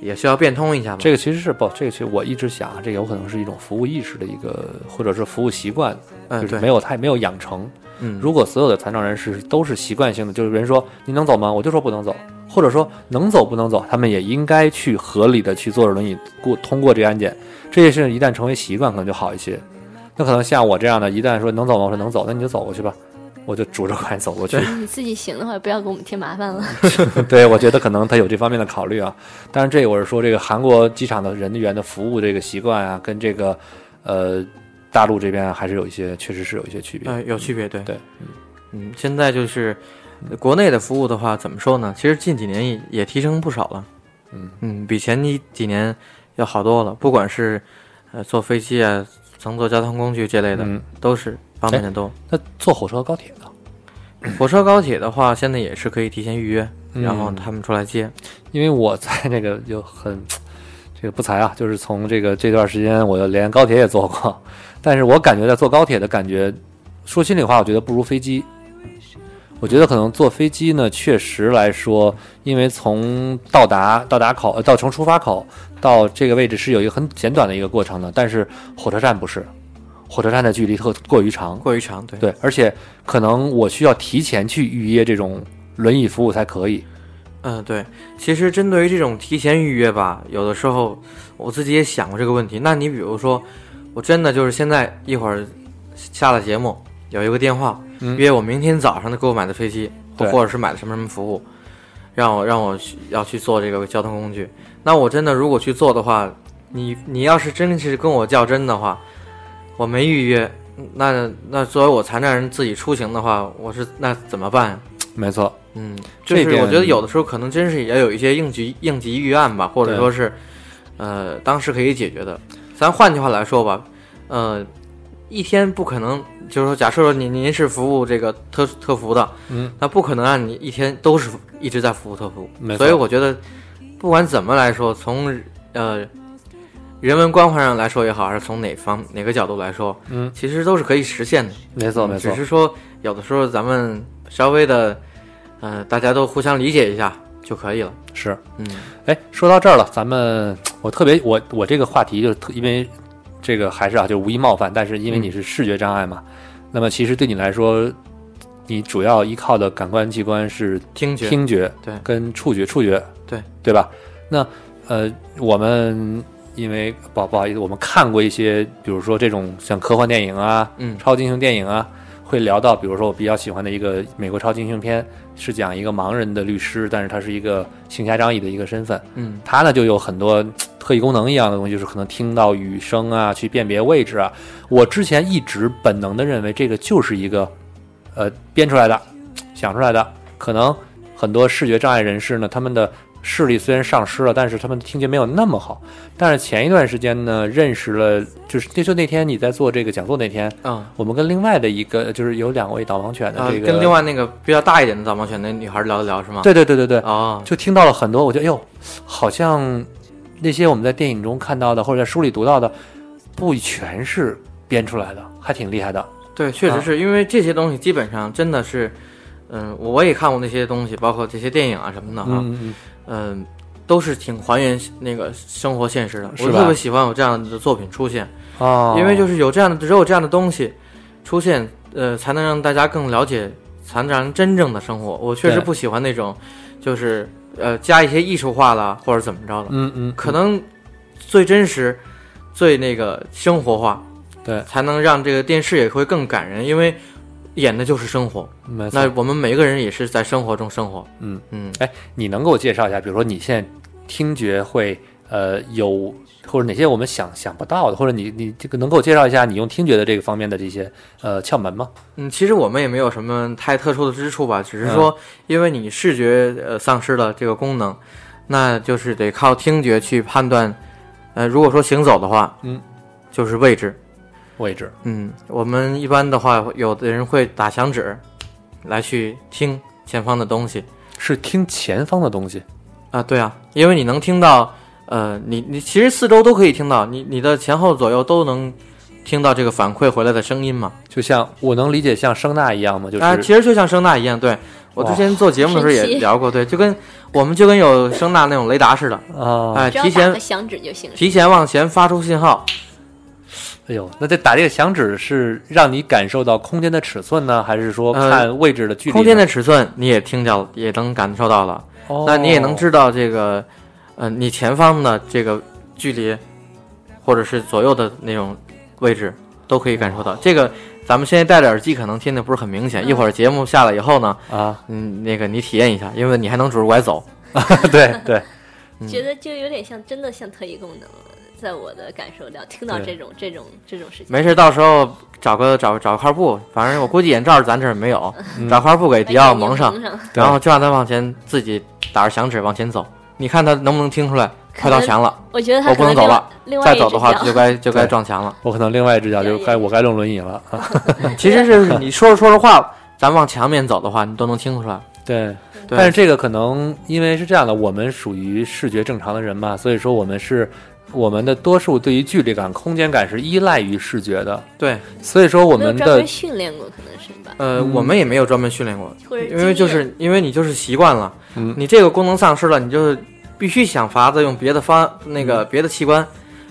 Speaker 8: 也需要变通一下吧。
Speaker 3: 这个其实是不，这个其实我一直想啊，这有可能是一种服务意识的一个，或者是服务习惯，
Speaker 8: 嗯，
Speaker 3: 就是
Speaker 8: 对，
Speaker 3: 没有太没有养成。
Speaker 8: 嗯，
Speaker 3: 如果所有的残障人士都是习惯性的，就是人说你能走吗？我就说不能走，或者说能走不能走，他们也应该去合理的去坐着轮椅过通过这个安检。这些事情一旦成为习惯，可能就好一些。那可能像我这样的，一旦说能走吗？我说能走，那你就走过去吧，我就拄着拐走 过去。
Speaker 7: 你自己行的话，不要给我们添麻烦了。
Speaker 3: 对，我觉得可能他有这方面的考虑啊。但是这我是说，这个韩国机场的人员的服务这个习惯啊，跟这个呃大陆这边啊还是有一些，确实是有一些区别。
Speaker 8: 呃，有区别，对
Speaker 3: 对，
Speaker 8: 嗯，现在就是呃国内的服务的话，怎么说呢？其实近几年也也提升不少了，
Speaker 3: 嗯
Speaker 8: 比前几几年要好多了。不管是呃坐飞机啊，乘坐交通工具这类的，
Speaker 3: 嗯，
Speaker 8: 都是方便的多。
Speaker 3: 那坐火车和高铁呢？
Speaker 8: 火车、高铁的话，现在也是可以提前预约，然后
Speaker 3: 哎嗯
Speaker 8: 他们出来接。
Speaker 3: 因为我在那个就很这个不才啊，就是从这个这段时间，我连高铁也坐过，但是我感觉在坐高铁的感觉，说心里话，我觉得不如飞机。我觉得可能坐飞机呢，确实来说，因为从到达到达口呃到从出发口到这个位置是有一个很简短的一个过程的，但是火车站不是，火车站的距离特过于长，
Speaker 8: 过于长，对，
Speaker 3: 对，而且可能我需要提前去预约这种轮椅服务才可以。
Speaker 8: 嗯，对。其实针对于这种提前预约吧，有的时候我自己也想过这个问题。那你比如说，我真的就是现在一会儿下了节目，有一个电话、
Speaker 3: 嗯
Speaker 8: 约我明天早上的给我买的飞机，或
Speaker 3: 对
Speaker 8: 或者是买的什么什么服务，让我让我去要去坐这个交通工具。那我真的如果去坐的话，你你要是真是跟我较真的话，我没预约，那那作为我残障人自己出行的话，我是那怎么办呀？
Speaker 3: 没错，
Speaker 8: 嗯，就是
Speaker 3: 这边
Speaker 8: 我觉得有的时候可能真是也有一些应急应急预案吧，或者
Speaker 3: 对
Speaker 8: 说是，呃，当时可以解决的。咱换句话来说吧，呃，一天不可能，就是说，假设说您您是服务这个特特服的，
Speaker 3: 嗯，
Speaker 8: 那不可能让你一天都是一直在服务特服
Speaker 3: 没，错
Speaker 8: 所以我觉得不管怎么来说，从呃人文关怀上来说也好，还是从哪方哪个角度来说，
Speaker 3: 嗯，
Speaker 8: 其实都是可以实现的。
Speaker 3: 没错，没错
Speaker 8: 嗯只，是说有的时候咱们稍微的，呃，大家都互相理解一下就可以了。
Speaker 3: 是。
Speaker 8: 嗯，
Speaker 3: 哎，说到这儿了，咱们我特别我我这个话题就是特因为这个还是啊，就无意冒犯，但是因
Speaker 8: 嗯
Speaker 3: 为你是视觉障碍嘛，那么其实对你来说，你主要依靠的感官器官是
Speaker 8: 听觉，
Speaker 3: 听觉，
Speaker 8: 对
Speaker 3: 跟触觉，触觉，
Speaker 8: 对，
Speaker 3: 对吧？那呃，我们因为不不好意思，我们看过一些，比如说这种像科幻电影啊，
Speaker 8: 嗯
Speaker 3: 超级英雄电影啊，会聊到，比如说我比较喜欢的一个美国超级英雄片，是讲一个盲人的律师，但是他是一个行侠仗义的一个身份，
Speaker 8: 嗯
Speaker 3: 他呢就有很多嘖特异功能一样的东西，就是可能听到雨声啊，去辨别位置啊。我之前一直本能的认为这个就是一个，呃，编出来的、嘖想出来的。可能很多视觉障碍人士呢，他们的视力虽然丧失了，但是他们的听觉没有那么好。但是前一段时间呢，认识了，就是那就那天你在做这个讲座那天，
Speaker 8: 啊
Speaker 3: 我们跟另外的一个就是有两位导盲犬的
Speaker 8: 啊，
Speaker 3: 这个，
Speaker 8: 跟另外那个比较大一点的导盲犬那女孩聊一聊是吗？
Speaker 3: 对对对对对，
Speaker 8: 哦，
Speaker 3: 就听到了很多，我觉得哟，好像那些我们在电影中看到的或者在书里读到的，不全是编出来的，还挺厉害的。
Speaker 8: 对，确
Speaker 3: 啊
Speaker 8: 实是、因为这些东西基本上真的是，嗯、我也看过那些东西，包括这些电影啊什么的哈，嗯、
Speaker 3: 嗯
Speaker 8: 都是挺还原那个生活现实的。
Speaker 3: 是
Speaker 8: 我
Speaker 3: 吧
Speaker 8: 特别喜欢有这样的作品出现。
Speaker 3: 嗯哦，
Speaker 8: 因为就是是有这样的，只有这样的东西出现，呃，才能让大家更了解残障人真正的生活。我确实
Speaker 3: 对
Speaker 8: 不喜欢那种，就是呃加一些艺术化啦，或者怎么着的，
Speaker 3: 嗯嗯，
Speaker 8: 可能最真实、最那个生活化，
Speaker 3: 对
Speaker 8: 才能让这个电视也会更感人，因为演的就是生活。
Speaker 3: 嗯没
Speaker 8: 那
Speaker 3: 错。
Speaker 8: 我们每个人也是在生活中生活。
Speaker 3: 嗯
Speaker 8: 嗯，
Speaker 3: 你能给我介绍一下，比如说你现在听觉会呃有或者哪些我们想想不到的，或者你你这个能给我介绍一下你用听觉的这个方面的这些呃窍门吗？
Speaker 8: 嗯，其实我们也没有什么太特殊的之处吧，只是说，因为你视觉呃丧失了这个功能，那就是得靠听觉去判断。呃，如果说行走的话，
Speaker 3: 嗯，
Speaker 8: 就是位置。
Speaker 3: 位置
Speaker 8: 嗯，我们一般的话，有的人会打响指，来去听前方的东西
Speaker 3: 是听前方的东西，
Speaker 8: 啊。对啊，因为你能听到，呃，你你其实四周都可以听到，你你的前后左右都能听到这个反馈回来的声音嘛。
Speaker 3: 就像我能理解像声呐一样吗？就是、
Speaker 8: 啊，其实就像声呐一样，对我之前做节目的时候
Speaker 7: 神奇
Speaker 8: 也聊过，对，就跟我们就跟有声呐那种雷达似的，
Speaker 3: 哦
Speaker 8: 哎、
Speaker 7: 只要
Speaker 8: 提
Speaker 7: 打个
Speaker 8: 前
Speaker 7: 响指就行。
Speaker 8: 提前往前发出信号，
Speaker 3: 哎呦，那这打这个响指是让你感受到空间的尺寸呢，还是说
Speaker 8: 呃
Speaker 3: 看位置的距离呢、
Speaker 8: 空间的尺寸你也听到，也能感受到了，
Speaker 3: 哦，
Speaker 8: 那你也能知道这个，呃，你前方的这个距离，或者是左右的那种位置都可以感受到。这个咱们现在戴着耳机可能听的不是很明
Speaker 7: 嗯
Speaker 8: 显，一会儿节目下来以后呢，
Speaker 3: 啊？
Speaker 8: 嗯，那个你体验一下，因为你还能拄着拐走。
Speaker 3: 对对，
Speaker 8: 嗯
Speaker 7: 觉得就有点像，真的像特异功能。在我的感受里，听到这种这种这种事情，
Speaker 8: 没事，到时候找个找找块布，反正我估计眼罩咱这儿没有，
Speaker 7: 嗯
Speaker 8: 找块布给迪奥蒙上，
Speaker 3: 对
Speaker 8: 然后就让他往前自己打着响指往前走，你看他能不能听出来？快到墙了，
Speaker 7: 我觉得他
Speaker 8: 我不
Speaker 7: 可能
Speaker 8: 能走
Speaker 7: 另外
Speaker 8: 了，
Speaker 7: 另外
Speaker 8: 再
Speaker 7: 一
Speaker 8: 走
Speaker 7: 只
Speaker 8: 的话
Speaker 7: 脚
Speaker 8: 就该就该
Speaker 3: 对
Speaker 8: 撞墙 了。
Speaker 3: 我可能另外一只脚就
Speaker 7: 对
Speaker 3: 该我该弄轮椅了啊。
Speaker 8: 其实是你说着说着话，咱往墙面走的话，你都能听出来。
Speaker 3: 对，
Speaker 8: 对
Speaker 3: 但是这个可能因为是这样的，我们属于视觉正常的人嘛，所以说我们是我们的多数对于距离感、空间感是依赖于视觉的，
Speaker 8: 对，
Speaker 3: 所以说我
Speaker 7: 没有
Speaker 3: 们
Speaker 7: 专
Speaker 3: 的
Speaker 7: 门训练过，可能是吧，
Speaker 8: 呃，我们也没有专门训练过，
Speaker 7: 或者
Speaker 8: 因为
Speaker 7: 经
Speaker 8: 就
Speaker 7: 验
Speaker 8: 是因为你就是习惯了，
Speaker 3: 嗯
Speaker 8: 你这个功能丧失了，你就是必须想法子用别的方那个别的器官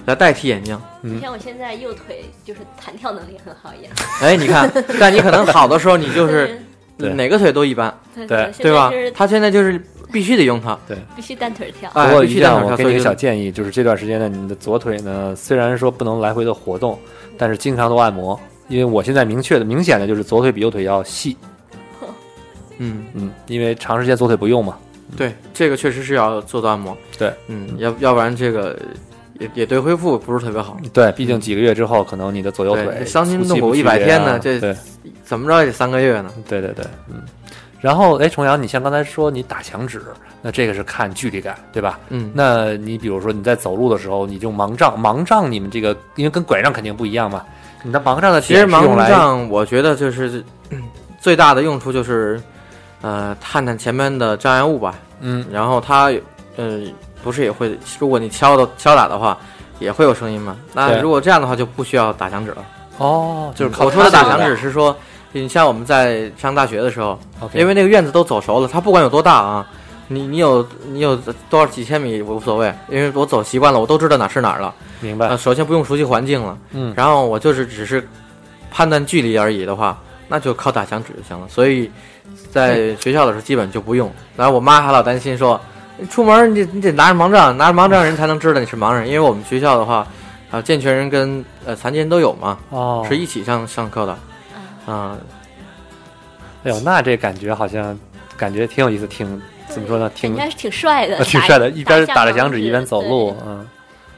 Speaker 8: 来代替眼睛。
Speaker 3: 嗯
Speaker 7: 像我现在右腿就是弹跳能力很好一样，
Speaker 8: 哎，你 看，但你可能好的时候，你就嗯
Speaker 7: 就是
Speaker 3: 对
Speaker 8: 哪个腿都一般，
Speaker 7: 对
Speaker 3: 对
Speaker 8: 对吧
Speaker 7: 就是？
Speaker 8: 他现在就是必须得用它，
Speaker 7: 必须单腿跳，
Speaker 8: 哎
Speaker 3: 不，过
Speaker 8: 必须
Speaker 3: 于
Speaker 8: 得
Speaker 3: 酱，
Speaker 8: 用它。
Speaker 3: 我给
Speaker 8: 所
Speaker 3: 你
Speaker 8: 以
Speaker 3: 个
Speaker 8: 就
Speaker 3: 小建议，就是这段时间呢，你的左腿呢，虽然说不能来回的活动，但是经常多按摩。因为我现在明确的、明显的就是左腿比右腿要细，
Speaker 8: 嗯，
Speaker 3: 嗯，因为长时间左腿不用嘛，
Speaker 8: 对，这个确实是要做到按摩。
Speaker 3: 对，
Speaker 8: 嗯，要要不然这个也也对恢复不是特别好。
Speaker 3: 对，毕竟几个月之后，可能你的左右
Speaker 8: 对
Speaker 3: 腿
Speaker 8: 伤筋
Speaker 3: 粗细
Speaker 8: 动骨
Speaker 3: 不
Speaker 8: 100
Speaker 3: 齐啊
Speaker 8: 天呢这
Speaker 3: 对
Speaker 8: 怎么着也得三个月呢。
Speaker 3: 对对对，嗯。然后，哎，重阳，你像刚才说你打墙纸，那这个是看距离感，对吧？
Speaker 8: 嗯，
Speaker 3: 那你比如说你在走路的时候，你就盲杖，盲杖你们这个因为跟拐杖肯定不一样嘛，你的盲杖的
Speaker 8: 其实
Speaker 3: 点是
Speaker 8: 盲
Speaker 3: 用来
Speaker 8: 杖，我觉得就是嗯最大的用处就是，呃，探探前面的障碍物吧。
Speaker 3: 嗯，
Speaker 8: 然后它，呃，不是也会，如果你敲的敲打的话，也会有声音嘛。那
Speaker 3: 对
Speaker 8: 如果这样的话，就不需要打响指了。
Speaker 3: 哦，就是靠
Speaker 8: 嗯我说的
Speaker 3: 它
Speaker 8: 打
Speaker 3: 这个
Speaker 8: 响指是说，你像我们在上大学的时候，
Speaker 3: ，OK，
Speaker 8: 因为那个院子都走熟了，它不管有多大啊，你你有你有多少几千米无所谓，因为我走习惯了，我都知道哪是哪儿了。
Speaker 3: 明白
Speaker 8: 呃，，首先不用熟悉环境了，
Speaker 3: 嗯
Speaker 8: 然后我就是只是判断距离而已的话，那就靠打响指就行了。所以
Speaker 3: 哎
Speaker 8: 在学校的时候基本就不用。然后我妈还老担心说，你出门你你得拿着盲杖，拿着盲杖人才能知道你是盲人，因为我们学校的话，啊，健全人跟呃残疾人都有嘛，
Speaker 3: 哦，
Speaker 8: 是一起上上课的，啊、
Speaker 3: 哎呦，那这感觉好像感觉挺有意思，挺怎么说呢，挺呃
Speaker 7: 应该是挺帅的，
Speaker 3: 挺
Speaker 7: 打
Speaker 3: 帅的，一边打着响指
Speaker 7: 指
Speaker 3: 一边走路，嗯，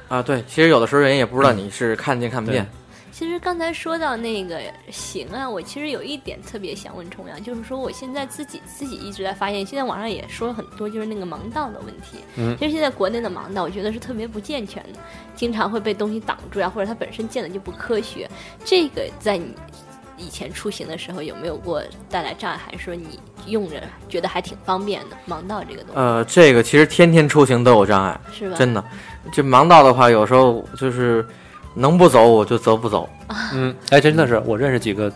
Speaker 8: 啊，对，其实有的时候人也不知道你是看见看不见，
Speaker 7: 其实刚才说到那个行啊，我其实有一点特别想问重阳，就是说我现在自己自己一直在发现，现在网上也说了很多，就是那个盲道的问题。
Speaker 3: 嗯
Speaker 7: 其实现在国内的盲道，我觉得是特别不健全的，经常会被东西挡住呀、啊或者它本身建的就不科学。这个在你以前出行的时候有没有过带来障碍，还是说你用着觉得还挺方便的盲道这个东西、
Speaker 8: 呃，这个其实天天出行都有障碍。
Speaker 3: 呃
Speaker 7: 是吧？
Speaker 8: 真的，这盲道的话，有时候就是能不走我就则不走。
Speaker 3: 嗯，哎，真的是，我认识几个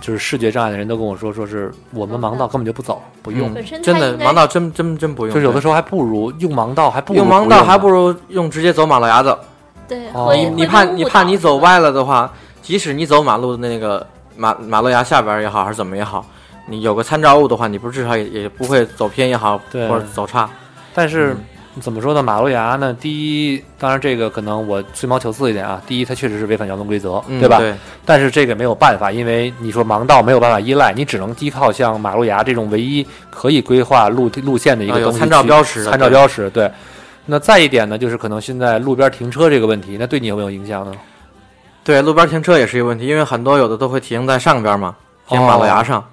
Speaker 3: 就是视觉障碍的人都跟我说，说是我们盲道根本就不走，不用，
Speaker 7: 本身它
Speaker 8: 真的
Speaker 7: 应该
Speaker 8: 盲道真真真不用，
Speaker 3: 就是有的
Speaker 8: 对
Speaker 3: 时候还不如用盲道，还不如
Speaker 8: 用盲
Speaker 3: 不
Speaker 8: 道
Speaker 3: 呢
Speaker 8: 还不如用直接走马路牙子。
Speaker 7: 对，
Speaker 3: 哦
Speaker 7: 会会被
Speaker 8: 你你怕
Speaker 7: 误
Speaker 8: 你怕
Speaker 7: 导
Speaker 8: 你
Speaker 7: 是
Speaker 8: 走
Speaker 7: 吧
Speaker 8: 歪了的话，即使你走马路的那个马马路牙下边也好，还是怎么也好，你有个参照物的话，你不是至少也也不会走偏也好，
Speaker 3: 对
Speaker 8: 或者走差。
Speaker 3: 但是、
Speaker 8: 嗯
Speaker 3: 怎么说呢？马路牙呢？第一，当然这个可能我吹毛求疵一点啊。第一，它确实是违反交通规则，
Speaker 8: 嗯，
Speaker 3: 对吧？
Speaker 8: 对，
Speaker 3: 但是这个没有办法，因为你说盲道没有办法依赖，你只能依靠像马路牙这种唯一可以规划路路线的一
Speaker 8: 啊
Speaker 3: 个
Speaker 8: 有
Speaker 3: 东西去、
Speaker 8: 参照标识的
Speaker 3: 参照
Speaker 8: 对
Speaker 3: 标识对。那再一点呢，就是可能现在路边停车这个问题，那对你有没有影响呢？
Speaker 8: 对，路边停车也是一个问题，因为很多有的都会停在上边嘛，停马路牙上，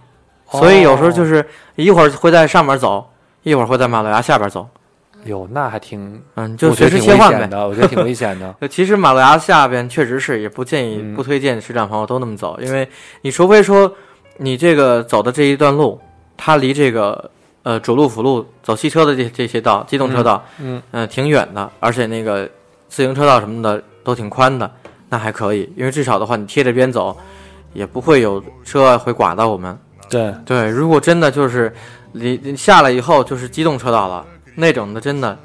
Speaker 8: 所以有时候就
Speaker 3: 哦
Speaker 8: 是一会儿会在上面走，一会儿会在马路牙下边走。
Speaker 3: 哟，那还挺，
Speaker 8: 嗯，就
Speaker 3: 我觉
Speaker 8: 随
Speaker 3: 得
Speaker 8: 时
Speaker 3: 挺
Speaker 8: 切
Speaker 3: 危
Speaker 8: 换
Speaker 3: 险
Speaker 8: 呗。
Speaker 3: 的，我觉得挺危险 的。
Speaker 8: 呃其实马路牙下边确实是，也不建议、
Speaker 3: 嗯
Speaker 8: 不推荐视障朋友都那么走，因为你除非说你这个走的这一段路，它离这个呃主路、辅路走汽车的这这些道、机动车道，
Speaker 3: 嗯
Speaker 8: 呃挺远的，而且那个自行车道什么的都挺宽的，那还可以，因为至少的话你贴着边走，也不会有车啊会刮到我们。
Speaker 3: 对，
Speaker 8: 对，如果真的就是离离下来以后就是机动车道了，那种的真的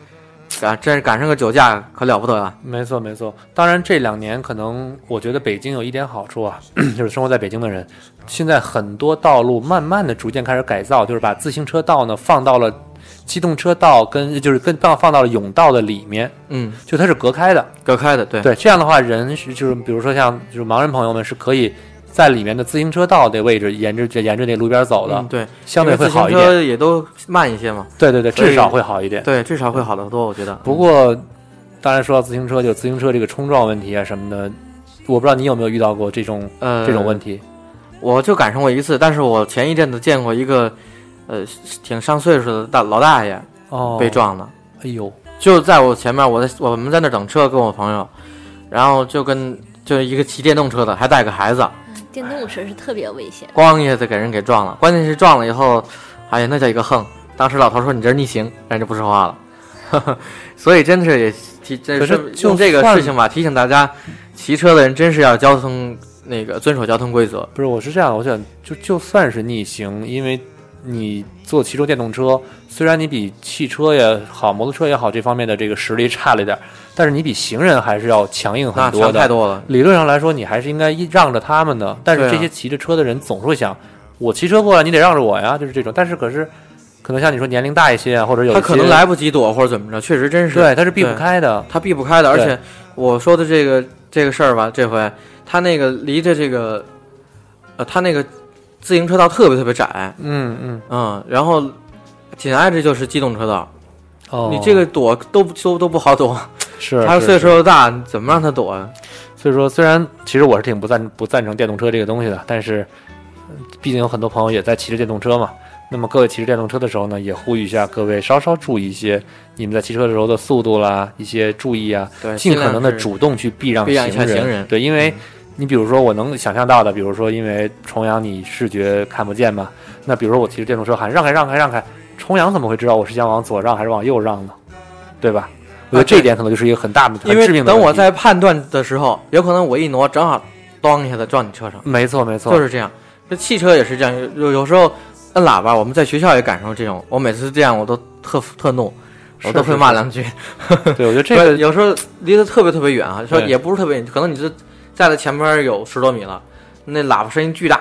Speaker 8: 赶真是赶上个酒驾可了不得啊！
Speaker 3: 没错，没错。当然，这两年可能我觉得北京有一点好处啊， 就是生活在北京的人，现在很多道路慢慢的逐渐开始改造，就是把自行车道呢放到了机动车道跟就是跟放放到了甬道的里面，
Speaker 8: 嗯，
Speaker 3: 就它是隔开的。
Speaker 8: 隔开的，对，嗯
Speaker 3: 对，这样的话，人是就是比如说像就是盲人朋友们是可以在里面的自行车道的位置沿着沿着那路边走的，
Speaker 8: 嗯对，
Speaker 3: 相对
Speaker 8: 因为
Speaker 3: 会好一
Speaker 8: 自行
Speaker 3: 点。
Speaker 8: 车也都慢一些嘛，
Speaker 3: 对对对，
Speaker 8: 所以
Speaker 3: 至少会好一点。
Speaker 8: 对，至少会好得多，我觉得。
Speaker 3: 不过，当然说到自行车，就自行车这个冲撞问题啊什么的，我不知道你有没有遇到过这种
Speaker 8: 呃，
Speaker 3: 这种问题。
Speaker 8: 我就赶上过一次，但是我前一阵子见过一个，呃，挺上岁数的大老大爷
Speaker 3: 哦
Speaker 8: 被，撞了。
Speaker 3: 哎呦，
Speaker 8: 就在我前面，我在我们在那儿等车，跟我朋友，然后就跟就一个骑电动车的，还带个孩子，
Speaker 7: 电动车是特别危 险。
Speaker 8: 咣一下子给人给撞了。关键是撞了以后，哎呀，那叫一个横！当时老头说你这是逆行，人就不说话了。 所以真是也提，这
Speaker 3: 可是就
Speaker 8: 用这个
Speaker 3: 算
Speaker 8: 事情吧，提醒大家，骑车的人真是要交通那个遵守交通规则。
Speaker 3: 不是，我是这样，我想就就算是逆行，因为你坐骑乘电动车，虽然你比汽车也好、摩托车也好这方面的这个实力差了一点儿，但是你比行人还是要强硬
Speaker 8: 那
Speaker 3: 很多
Speaker 8: 强
Speaker 3: 的。
Speaker 8: 太多了，
Speaker 3: 理论上来说，你还是应该让着他们的。但是
Speaker 8: 对啊
Speaker 3: 这些骑着车的人总是会想，我骑车过来，你得让着我呀，就是这种。但是可是，可能像你说年龄大一些啊，或者有一
Speaker 8: 他可
Speaker 3: 些
Speaker 8: 能来不及躲或者怎么着，确实真是
Speaker 3: 对，他是避不
Speaker 8: 对
Speaker 3: 开的。
Speaker 8: 他避不开的。而
Speaker 3: 对
Speaker 8: 且我说的这个这个事儿吧，这回他那个离着这个，呃，他那个自行车道特别特别窄，
Speaker 3: 嗯嗯，
Speaker 8: 嗯，然后紧挨着就是机动车道，
Speaker 3: 哦，
Speaker 8: 你这个躲都都都不好躲，
Speaker 3: 是
Speaker 8: 他
Speaker 3: 是
Speaker 8: 岁
Speaker 3: 是
Speaker 8: 数又大，你怎么让他躲啊？
Speaker 3: 所以说，虽然其实我是挺不赞不赞成电动车这个东西的，但是嗯毕竟有很多朋友也在骑着电动车嘛。那么各位骑着电动车的时候呢，也呼吁一下各位稍稍注意一些你们在骑车的时候的速度啦，一些注意啊，
Speaker 8: 对，
Speaker 3: 尽
Speaker 8: 尽
Speaker 3: 可能的
Speaker 8: 主。
Speaker 3: 主嗯动去避让
Speaker 8: 避让一
Speaker 3: 行
Speaker 8: 下
Speaker 3: 人。
Speaker 8: 行人
Speaker 3: 对，因为你比如说我能想象到的，比如说因为重阳你视觉看不见嘛，那比如说我骑着电动车喊让开让开让开，重阳怎么会知道我是想往左让还是往右让呢？对吧？我觉得这一点可能就是一个很大的、
Speaker 8: 啊因
Speaker 3: 很致
Speaker 8: 为
Speaker 3: 命的
Speaker 8: 等
Speaker 3: 问
Speaker 8: 我
Speaker 3: 题
Speaker 8: 在判断的时候，有可能我一挪，正好咣一下子撞你车上，
Speaker 3: 没错没错，
Speaker 8: 就是这样。这汽车也是这样，有有时候摁喇叭，我们在学校也感受这种。我每次这样，我都特特怒，我都
Speaker 3: 是
Speaker 8: 会骂两句。
Speaker 3: 对我觉得这
Speaker 8: 不
Speaker 3: 个
Speaker 8: 是有时候离得特别特别远啊，说
Speaker 3: 对
Speaker 8: 也不是特别远，可能你就在他前边有十多米了，那喇叭声音巨大，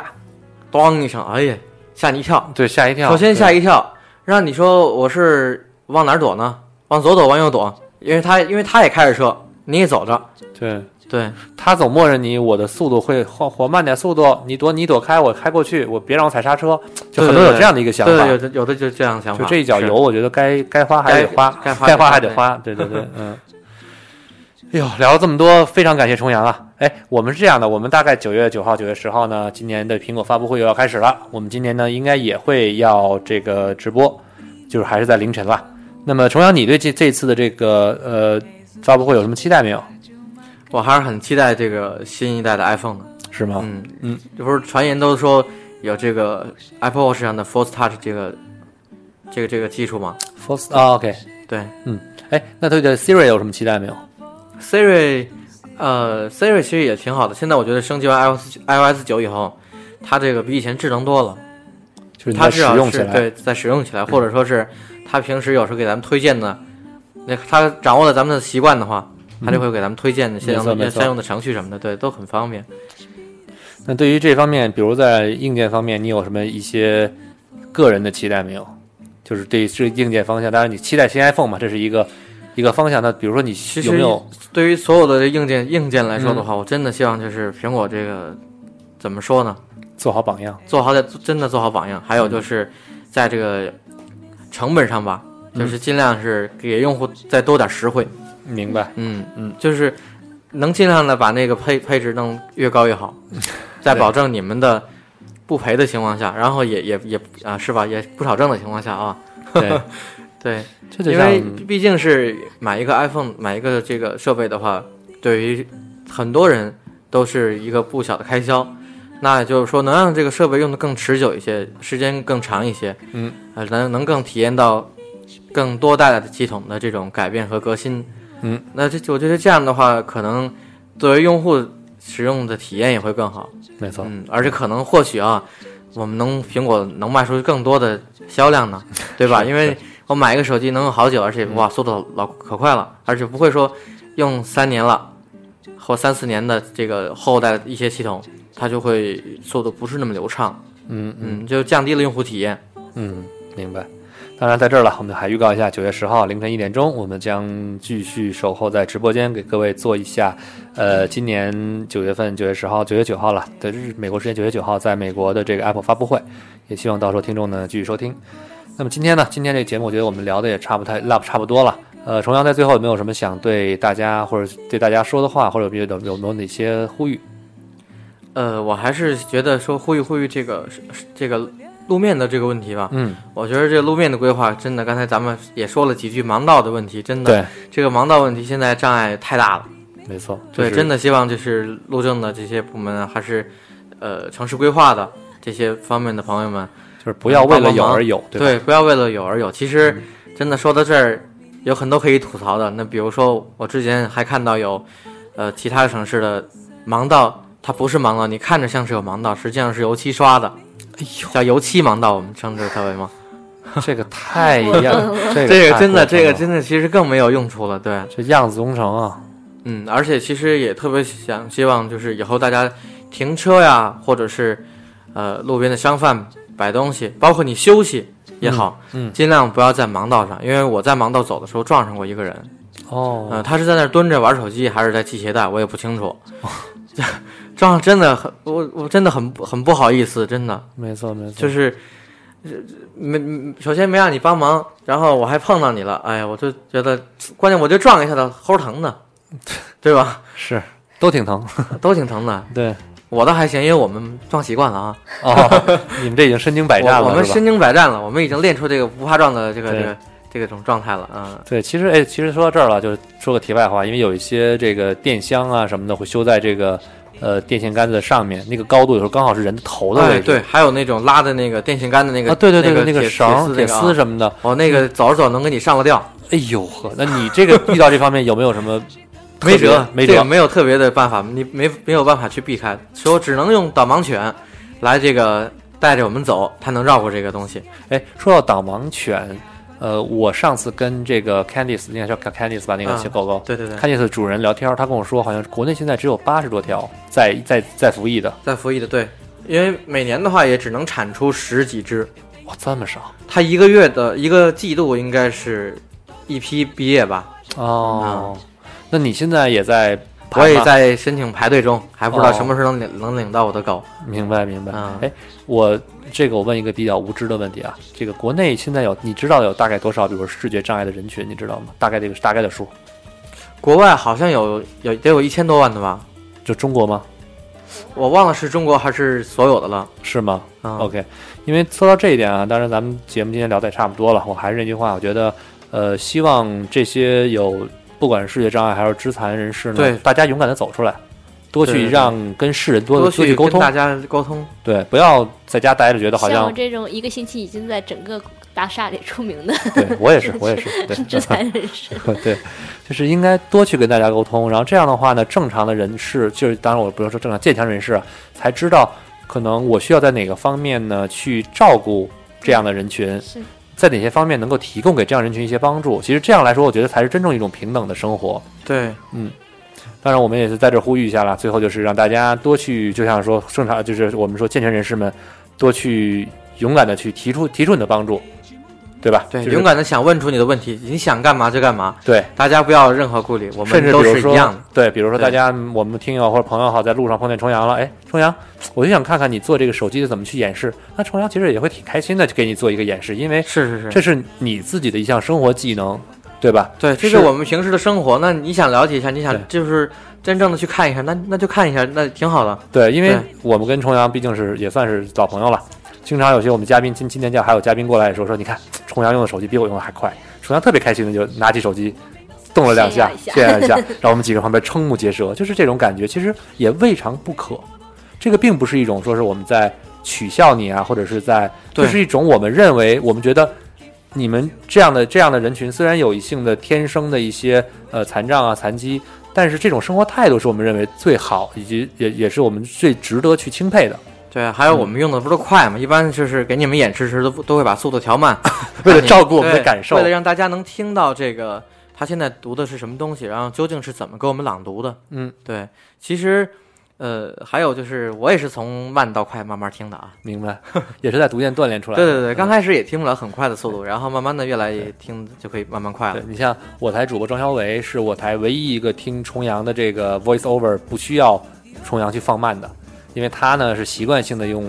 Speaker 8: 咣一声，哎呀，吓你一跳。
Speaker 3: 对吓一跳。
Speaker 8: 首先吓
Speaker 3: 一
Speaker 8: 一跳，让你说我是往哪儿躲呢？往左躲，往右躲，因为他因为他也开着车，你也走着，
Speaker 3: 对
Speaker 8: 对
Speaker 3: 他总默认你我的速度会缓缓慢点速度，你躲你躲开，我开过去，我别让我踩刹车，就
Speaker 8: 对
Speaker 3: 很多
Speaker 8: 对
Speaker 3: 有
Speaker 8: 对
Speaker 3: 这样的一个想法。
Speaker 8: 对，有的有的就这样想法。
Speaker 3: 就这一脚
Speaker 8: 是
Speaker 3: 油，，我觉得该该花还得
Speaker 8: 该
Speaker 3: 花，
Speaker 8: 该花
Speaker 3: 该
Speaker 8: 得花
Speaker 3: 还得花。对对对，嗯。哎呦，聊了这么多，非常感谢重阳啊！哎，我们是这样的，我们大概九月九号、九月十号呢，今年的苹果发布会又要开始了。我们今年呢，应该也会要这个直播，就是还是在凌晨啦。那么，重阳，你对这这次的这个呃发布会有什么期待没有？
Speaker 8: 我还是很期待这个新一代的 iPhone 的。
Speaker 3: 是吗？
Speaker 8: 嗯
Speaker 3: 嗯，
Speaker 8: 这不是传言都说有这个 Apple Watch 上的 Force Touch 这个这个这个技术吗？
Speaker 3: First 啊，OK，
Speaker 8: 对
Speaker 3: 哎，那对对 Siri 有什么期待没有？
Speaker 8: Siri，呃，Siri 其实也挺好的。现在我觉得升级完 iOS iOS 九以后，它这个比以前智能多了。
Speaker 3: 就是你
Speaker 8: 它
Speaker 3: 在
Speaker 8: 至
Speaker 3: 使
Speaker 8: 少
Speaker 3: 用起
Speaker 8: 是
Speaker 3: 来，
Speaker 8: 对，在使用起来，或者说是他平时有时候给咱们推荐的，那他掌握了咱们的习惯的话，他就会给咱们推荐现用
Speaker 3: 嗯没
Speaker 8: 的
Speaker 3: 错
Speaker 8: 现用的程序什么的，对，都很方便。
Speaker 3: 那对于这方面，比如在硬件方面，你有什么一些个人的期待没有？就是对于这硬件方向，当然你期待新 iPhone 嘛，这是一个一个方向。那比如说你
Speaker 8: 其实
Speaker 3: 有没有嗯
Speaker 8: 对于所有的硬件硬件来说的话，我真的希望就是苹果这个怎么说呢？
Speaker 3: 做好榜样？
Speaker 8: 做好点，真的做好榜样。还有就是在这个成本上吧，
Speaker 3: 嗯
Speaker 8: 就是尽量是给用户再多点实惠。
Speaker 3: 明白？
Speaker 8: 嗯
Speaker 3: 嗯，
Speaker 8: 就是能尽量的把那个配配置弄越高 越好，在保证你们的不赔的情况下，然后也也也啊是吧，也不少挣的情况下啊，
Speaker 3: 对，
Speaker 8: 对，
Speaker 3: 这就
Speaker 8: 因
Speaker 3: 像
Speaker 8: 为毕竟是买一个 iPhone 买一个这个设备的话，对于很多人都是一个不小的开销。那也就是说，能让这个设备用的更持久一些，时间更长一些，
Speaker 3: 嗯，
Speaker 8: 呃，能能更体验到更多带来的系统的这种改变和革新，
Speaker 3: 嗯，
Speaker 8: 那这我觉得这样的话，可能作为用户使用的体验也会更好，
Speaker 3: 没错，
Speaker 8: 嗯，而且可能或许啊，我们能苹果能卖出更多的销量呢，对吧？
Speaker 3: 是嗯
Speaker 8: 因为我买一个手机能用好久，而且哇，速度老可快了，而且不会说用三年了或三四年的这个后代的一些系统，它就会速度不是那么流畅，
Speaker 3: 嗯嗯
Speaker 8: 嗯，就降低了用户体验。
Speaker 3: 嗯，明白。当然，在这儿了，我们还预告一下，九月十号凌晨一点钟，我们将继续守候在直播间，给各位做一下，呃，今年九月份九月十号、九月九号了的日美国时间九月九号，在美国的这个 Apple 发布会，也希望到时候听众呢继续收听。那么今天呢，今天这个节目，我觉得我们聊的也差不太差差不多了。呃，重阳在最后有没有什么想对大家或者对大家说的话，或者有没有有没有哪些呼吁？
Speaker 8: 呃，我还是觉得说呼吁呼吁这个这个路面的这个问题吧。
Speaker 3: 嗯，
Speaker 8: 我觉得这个路面的规划真的，刚才咱们也说了几句盲道的问题，真的
Speaker 3: 对，
Speaker 8: 这个盲道问题现在障碍太大了。
Speaker 3: 没错，
Speaker 8: 对，真
Speaker 3: 的，
Speaker 8: 的希望就是路政的这些部门啊还是呃城市规划的这些方面的朋友们，
Speaker 3: 就是不要为了有
Speaker 8: 帮帮忙
Speaker 3: 而有，对吧？
Speaker 8: 对，嗯不要为了有而有。其实真的说到这儿，有很多可以吐槽的。那比如说，我之前还看到有，呃，其他城市的盲道，它不是盲道，你看着像是有盲道，实际上是油漆刷的，
Speaker 3: 哎呦，
Speaker 8: 叫油漆盲道，我们称之它为吗？
Speaker 3: 这个太样，这
Speaker 8: 这
Speaker 3: 个
Speaker 8: 个真的，这个
Speaker 3: 真
Speaker 8: 真的其实更没有用处了，对。
Speaker 3: 这样子工程啊，
Speaker 8: 嗯，而且其实也特别想希望，就是以后大家停车呀，或者是呃路边的商贩摆东西，包括你休息也好，
Speaker 3: 嗯嗯
Speaker 8: 尽量不要在盲道上，因为我在盲道走的时候撞上过一个人，嗯、
Speaker 3: 哦，
Speaker 8: 他是在那儿蹲着玩手机，还是在系鞋带，我也不清楚。 撞上真的很，我我真的很不很不好意思，真的
Speaker 3: 没错没错，
Speaker 8: 就是是呃没首先没让你帮忙，然后我还碰到你了，哎呀，我就觉得关键我就撞一下子齁疼的，对吧？
Speaker 3: 是都挺疼，
Speaker 8: 都挺疼的。
Speaker 3: 对，
Speaker 8: 我倒还行，因为我们撞习惯了啊，
Speaker 3: 哦， 你们这已经身经百战
Speaker 8: 我
Speaker 3: 了，
Speaker 8: 我们
Speaker 3: 是吧
Speaker 8: 身经百战了，我们已经练出这个不怕撞的这个
Speaker 3: 对
Speaker 8: 这个这个种状态了啊。
Speaker 3: 对，其实哎，其实说到这儿了，就是说个题外话，因为有一些这个电箱啊什么的会修在这个呃电线杆子的上面，那个高度有时候刚好是人的头的
Speaker 8: 哎，
Speaker 3: 位置。
Speaker 8: 对，还有那种拉的那个电线杆的那个
Speaker 3: 啊，对对对，
Speaker 8: 那
Speaker 3: 那
Speaker 8: 铁
Speaker 3: 绳儿、
Speaker 8: 铁
Speaker 3: 铁
Speaker 8: 丝那
Speaker 3: 丝
Speaker 8: 个啊
Speaker 3: 什么的，
Speaker 8: 哦，那个走着走着能给你上了吊，
Speaker 3: 哎呦呵，那你这个遇到这方面有没有什么特别
Speaker 8: 没辙，
Speaker 3: 没
Speaker 8: 这个
Speaker 3: 辙？
Speaker 8: 没有特别的办法，你没没有办法去避开，所以只能用导盲犬来这个带着我们走，它能绕过这个东西。
Speaker 3: 哎，说到导盲犬，呃，我上次跟这个 Candice，应该叫 Candice 吧，那个
Speaker 8: 嗯
Speaker 3: 小狗狗、
Speaker 8: 对对对，
Speaker 3: Candice 主人聊天，他跟我说，好像国内现在只有八十多条在在在服役的，
Speaker 8: 在服役的对，因为每年的话也只能产出十几只，
Speaker 3: 哇，这么少
Speaker 8: 它一个月的一个季度应该是一批毕业吧。
Speaker 3: 哦、
Speaker 8: 嗯
Speaker 3: 那你现在也在排吗？
Speaker 8: 我也在申请排队中，还不知道
Speaker 3: 哦
Speaker 8: 什么时候能领、能领到我的狗。
Speaker 3: 明白明白。
Speaker 8: 嗯
Speaker 3: 哎，我这个我问一个比较无知的问题啊，这个国内现在有你知道有大概多少，比如说视觉障碍的人群，你知道吗？大概这个大概的数，
Speaker 8: 国外好像有有得有一千多万的吧，
Speaker 3: 就中国吗？
Speaker 8: 我忘了是中国还是所有的了。
Speaker 3: 是吗？
Speaker 8: 啊、
Speaker 3: OK，因为说到这一点啊，当然咱们节目今天聊的也差不多了。我还是那句话，我觉得，呃，希望这些有不管是视觉障碍还是肢残人士呢，
Speaker 8: 对
Speaker 3: 大家勇敢的走出来，多
Speaker 8: 对
Speaker 3: 去
Speaker 8: 对对
Speaker 3: 让跟世人多
Speaker 8: 多
Speaker 3: 多去沟
Speaker 8: 跟
Speaker 3: 通，
Speaker 8: 大家沟通。
Speaker 3: 对，不要在家待着，觉得好
Speaker 7: 像我
Speaker 3: 像
Speaker 7: 这种一个星期已经在整个大厦里出名的
Speaker 3: 对我也是，我也是，对，
Speaker 7: 知才人士，
Speaker 3: 对，就是应该多去跟大家沟通，然后这样的话呢，正常的人士，就是当然我不是说正常健全人士啊，才知道可能我需要在哪个方面呢去照顾这样的人群
Speaker 7: 是，
Speaker 3: 在哪些方面能够提供给这样人群一些帮助。其实这样来说，我觉得才是真正一种平等的生活。
Speaker 8: 对，
Speaker 3: 当然，我们也是在这儿呼吁一下啦。最后就是让大家多去，就像说正常，就是我们说健全人士们多去勇敢的去提出提出你的帮助，对吧？
Speaker 8: 对，
Speaker 3: 就是
Speaker 8: 勇敢的想问出你的问题，你想干嘛就干嘛，
Speaker 3: 对。
Speaker 8: 大家不要有任何顾虑，我
Speaker 3: 甚
Speaker 8: 们
Speaker 3: 至
Speaker 8: 都
Speaker 3: 比如
Speaker 8: 是一
Speaker 3: 说
Speaker 8: 样的。
Speaker 3: 对，比如说
Speaker 8: 对
Speaker 3: 大家嗯我们听友或者朋友好，在路上碰见重阳了，哎，重阳，我就想看看你做这个手机怎么去演示。那重阳其实也会挺开心的，就给你做一个演示，因为
Speaker 8: 是是
Speaker 3: 哎这
Speaker 8: 是，
Speaker 3: 是你自己的一项生活技能，对吧？
Speaker 8: 对，这
Speaker 3: 是
Speaker 8: 是我们平时的生活。那你想了解一下，你
Speaker 3: 对
Speaker 8: 想就是真正的去看一下，那那就看一下，那挺好的。
Speaker 3: 对，因为
Speaker 8: 对
Speaker 3: 我们跟重阳毕竟是也算是老朋友了，经常有些我们嘉宾今今天叫还有嘉宾过来说说，你看重阳用的手机比我用的还快，重阳特别开心的就拿起手机。动了两 下，
Speaker 7: 炫
Speaker 3: 炫耀一下，然后我们几个旁边瞠目结舌，就是这种感觉，其实也未尝不可。这个并不是一种说是我们在取笑你啊，或者是在，
Speaker 8: 对
Speaker 3: 这是一种我们认为我们觉得你们这样的这样的人群，虽然有一性的天生的一些呃残障啊残疾，但是这种生活态度是我们认为最好，以及也也是我们最值得去钦佩的。
Speaker 8: 对，还有我们用的不都快
Speaker 3: 嗯
Speaker 8: 嘛？一般就是给你们演示时都都会把速度调慢，
Speaker 3: 啊为了
Speaker 8: 让你
Speaker 3: 照顾我们的
Speaker 8: 对
Speaker 3: 感受
Speaker 8: 为了让大家能听到这个他现在读的是什么东西，然后究竟是怎么给我们朗读的。
Speaker 3: 嗯，
Speaker 8: 对，其实呃，还有就是我也是从慢到快慢慢听的啊。
Speaker 3: 明白，也是在逐渐锻炼出 来的。
Speaker 8: 对对对，刚
Speaker 3: 嗯
Speaker 8: 开始也听不了很快的速度，然后慢慢的越来越听就可以慢慢快了
Speaker 3: 对。你像我台主播庄小维，是我台唯一一个听重阳的这
Speaker 8: 嗯
Speaker 3: 个 voice over 不需要重阳去放慢的，因为他呢是习惯性的用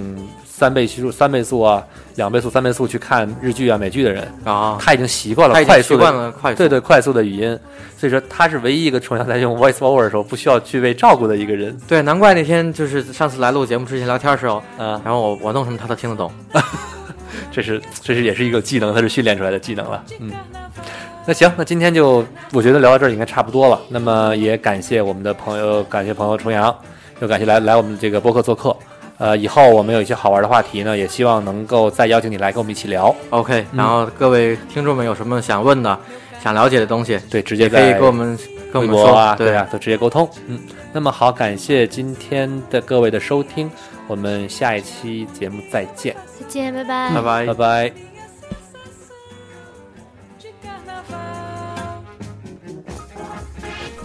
Speaker 3: 三倍速、三倍速啊、两倍速、三倍速去看日剧啊、美剧的人，
Speaker 8: 啊，
Speaker 3: 他已经习惯了
Speaker 8: 他已
Speaker 3: 快
Speaker 8: 经
Speaker 3: 速
Speaker 8: 习
Speaker 3: 的
Speaker 8: 惯了快速，
Speaker 3: 对对，快速的语音，所以说他是唯一一个重阳在用 voice over 的时候不需要去被照顾的一个人
Speaker 8: 对，难怪那天就是上次来录节目之前聊天的时候，
Speaker 3: 啊，
Speaker 8: 然后我我弄什么他都听得懂。
Speaker 3: 这是这是也是一个技能，他是训练出来的技能了，嗯。那行，那今天就我觉得聊到这儿应该差不多了。那么也感谢我们的朋友，感谢朋友重阳，又感谢来来我们这个播客做客。呃，以后我们有一些好玩的话题呢，也希望能够再邀请你来跟我们一起聊。
Speaker 8: OK，
Speaker 3: 嗯
Speaker 8: 然后各位听众们有什么想问的、想了解的东西，
Speaker 3: 对，直接
Speaker 8: 也可
Speaker 3: 在
Speaker 8: 以跟我们跟我
Speaker 3: 微
Speaker 8: 们
Speaker 3: 博
Speaker 8: 说
Speaker 3: 啊，
Speaker 8: 对
Speaker 3: 对啊，，都直接沟通。嗯，那么好，感谢今天的各位的收听，我们下一期节目再见，
Speaker 7: 再见，拜拜
Speaker 8: 拜拜
Speaker 3: 拜。拜。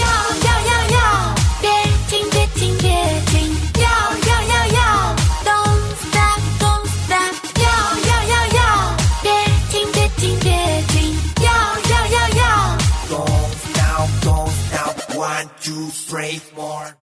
Speaker 9: 要要要要，别停别停别停，要要要要，Don't stop don't stop，要要要要，别停别停别停。
Speaker 10: One, two, three, four.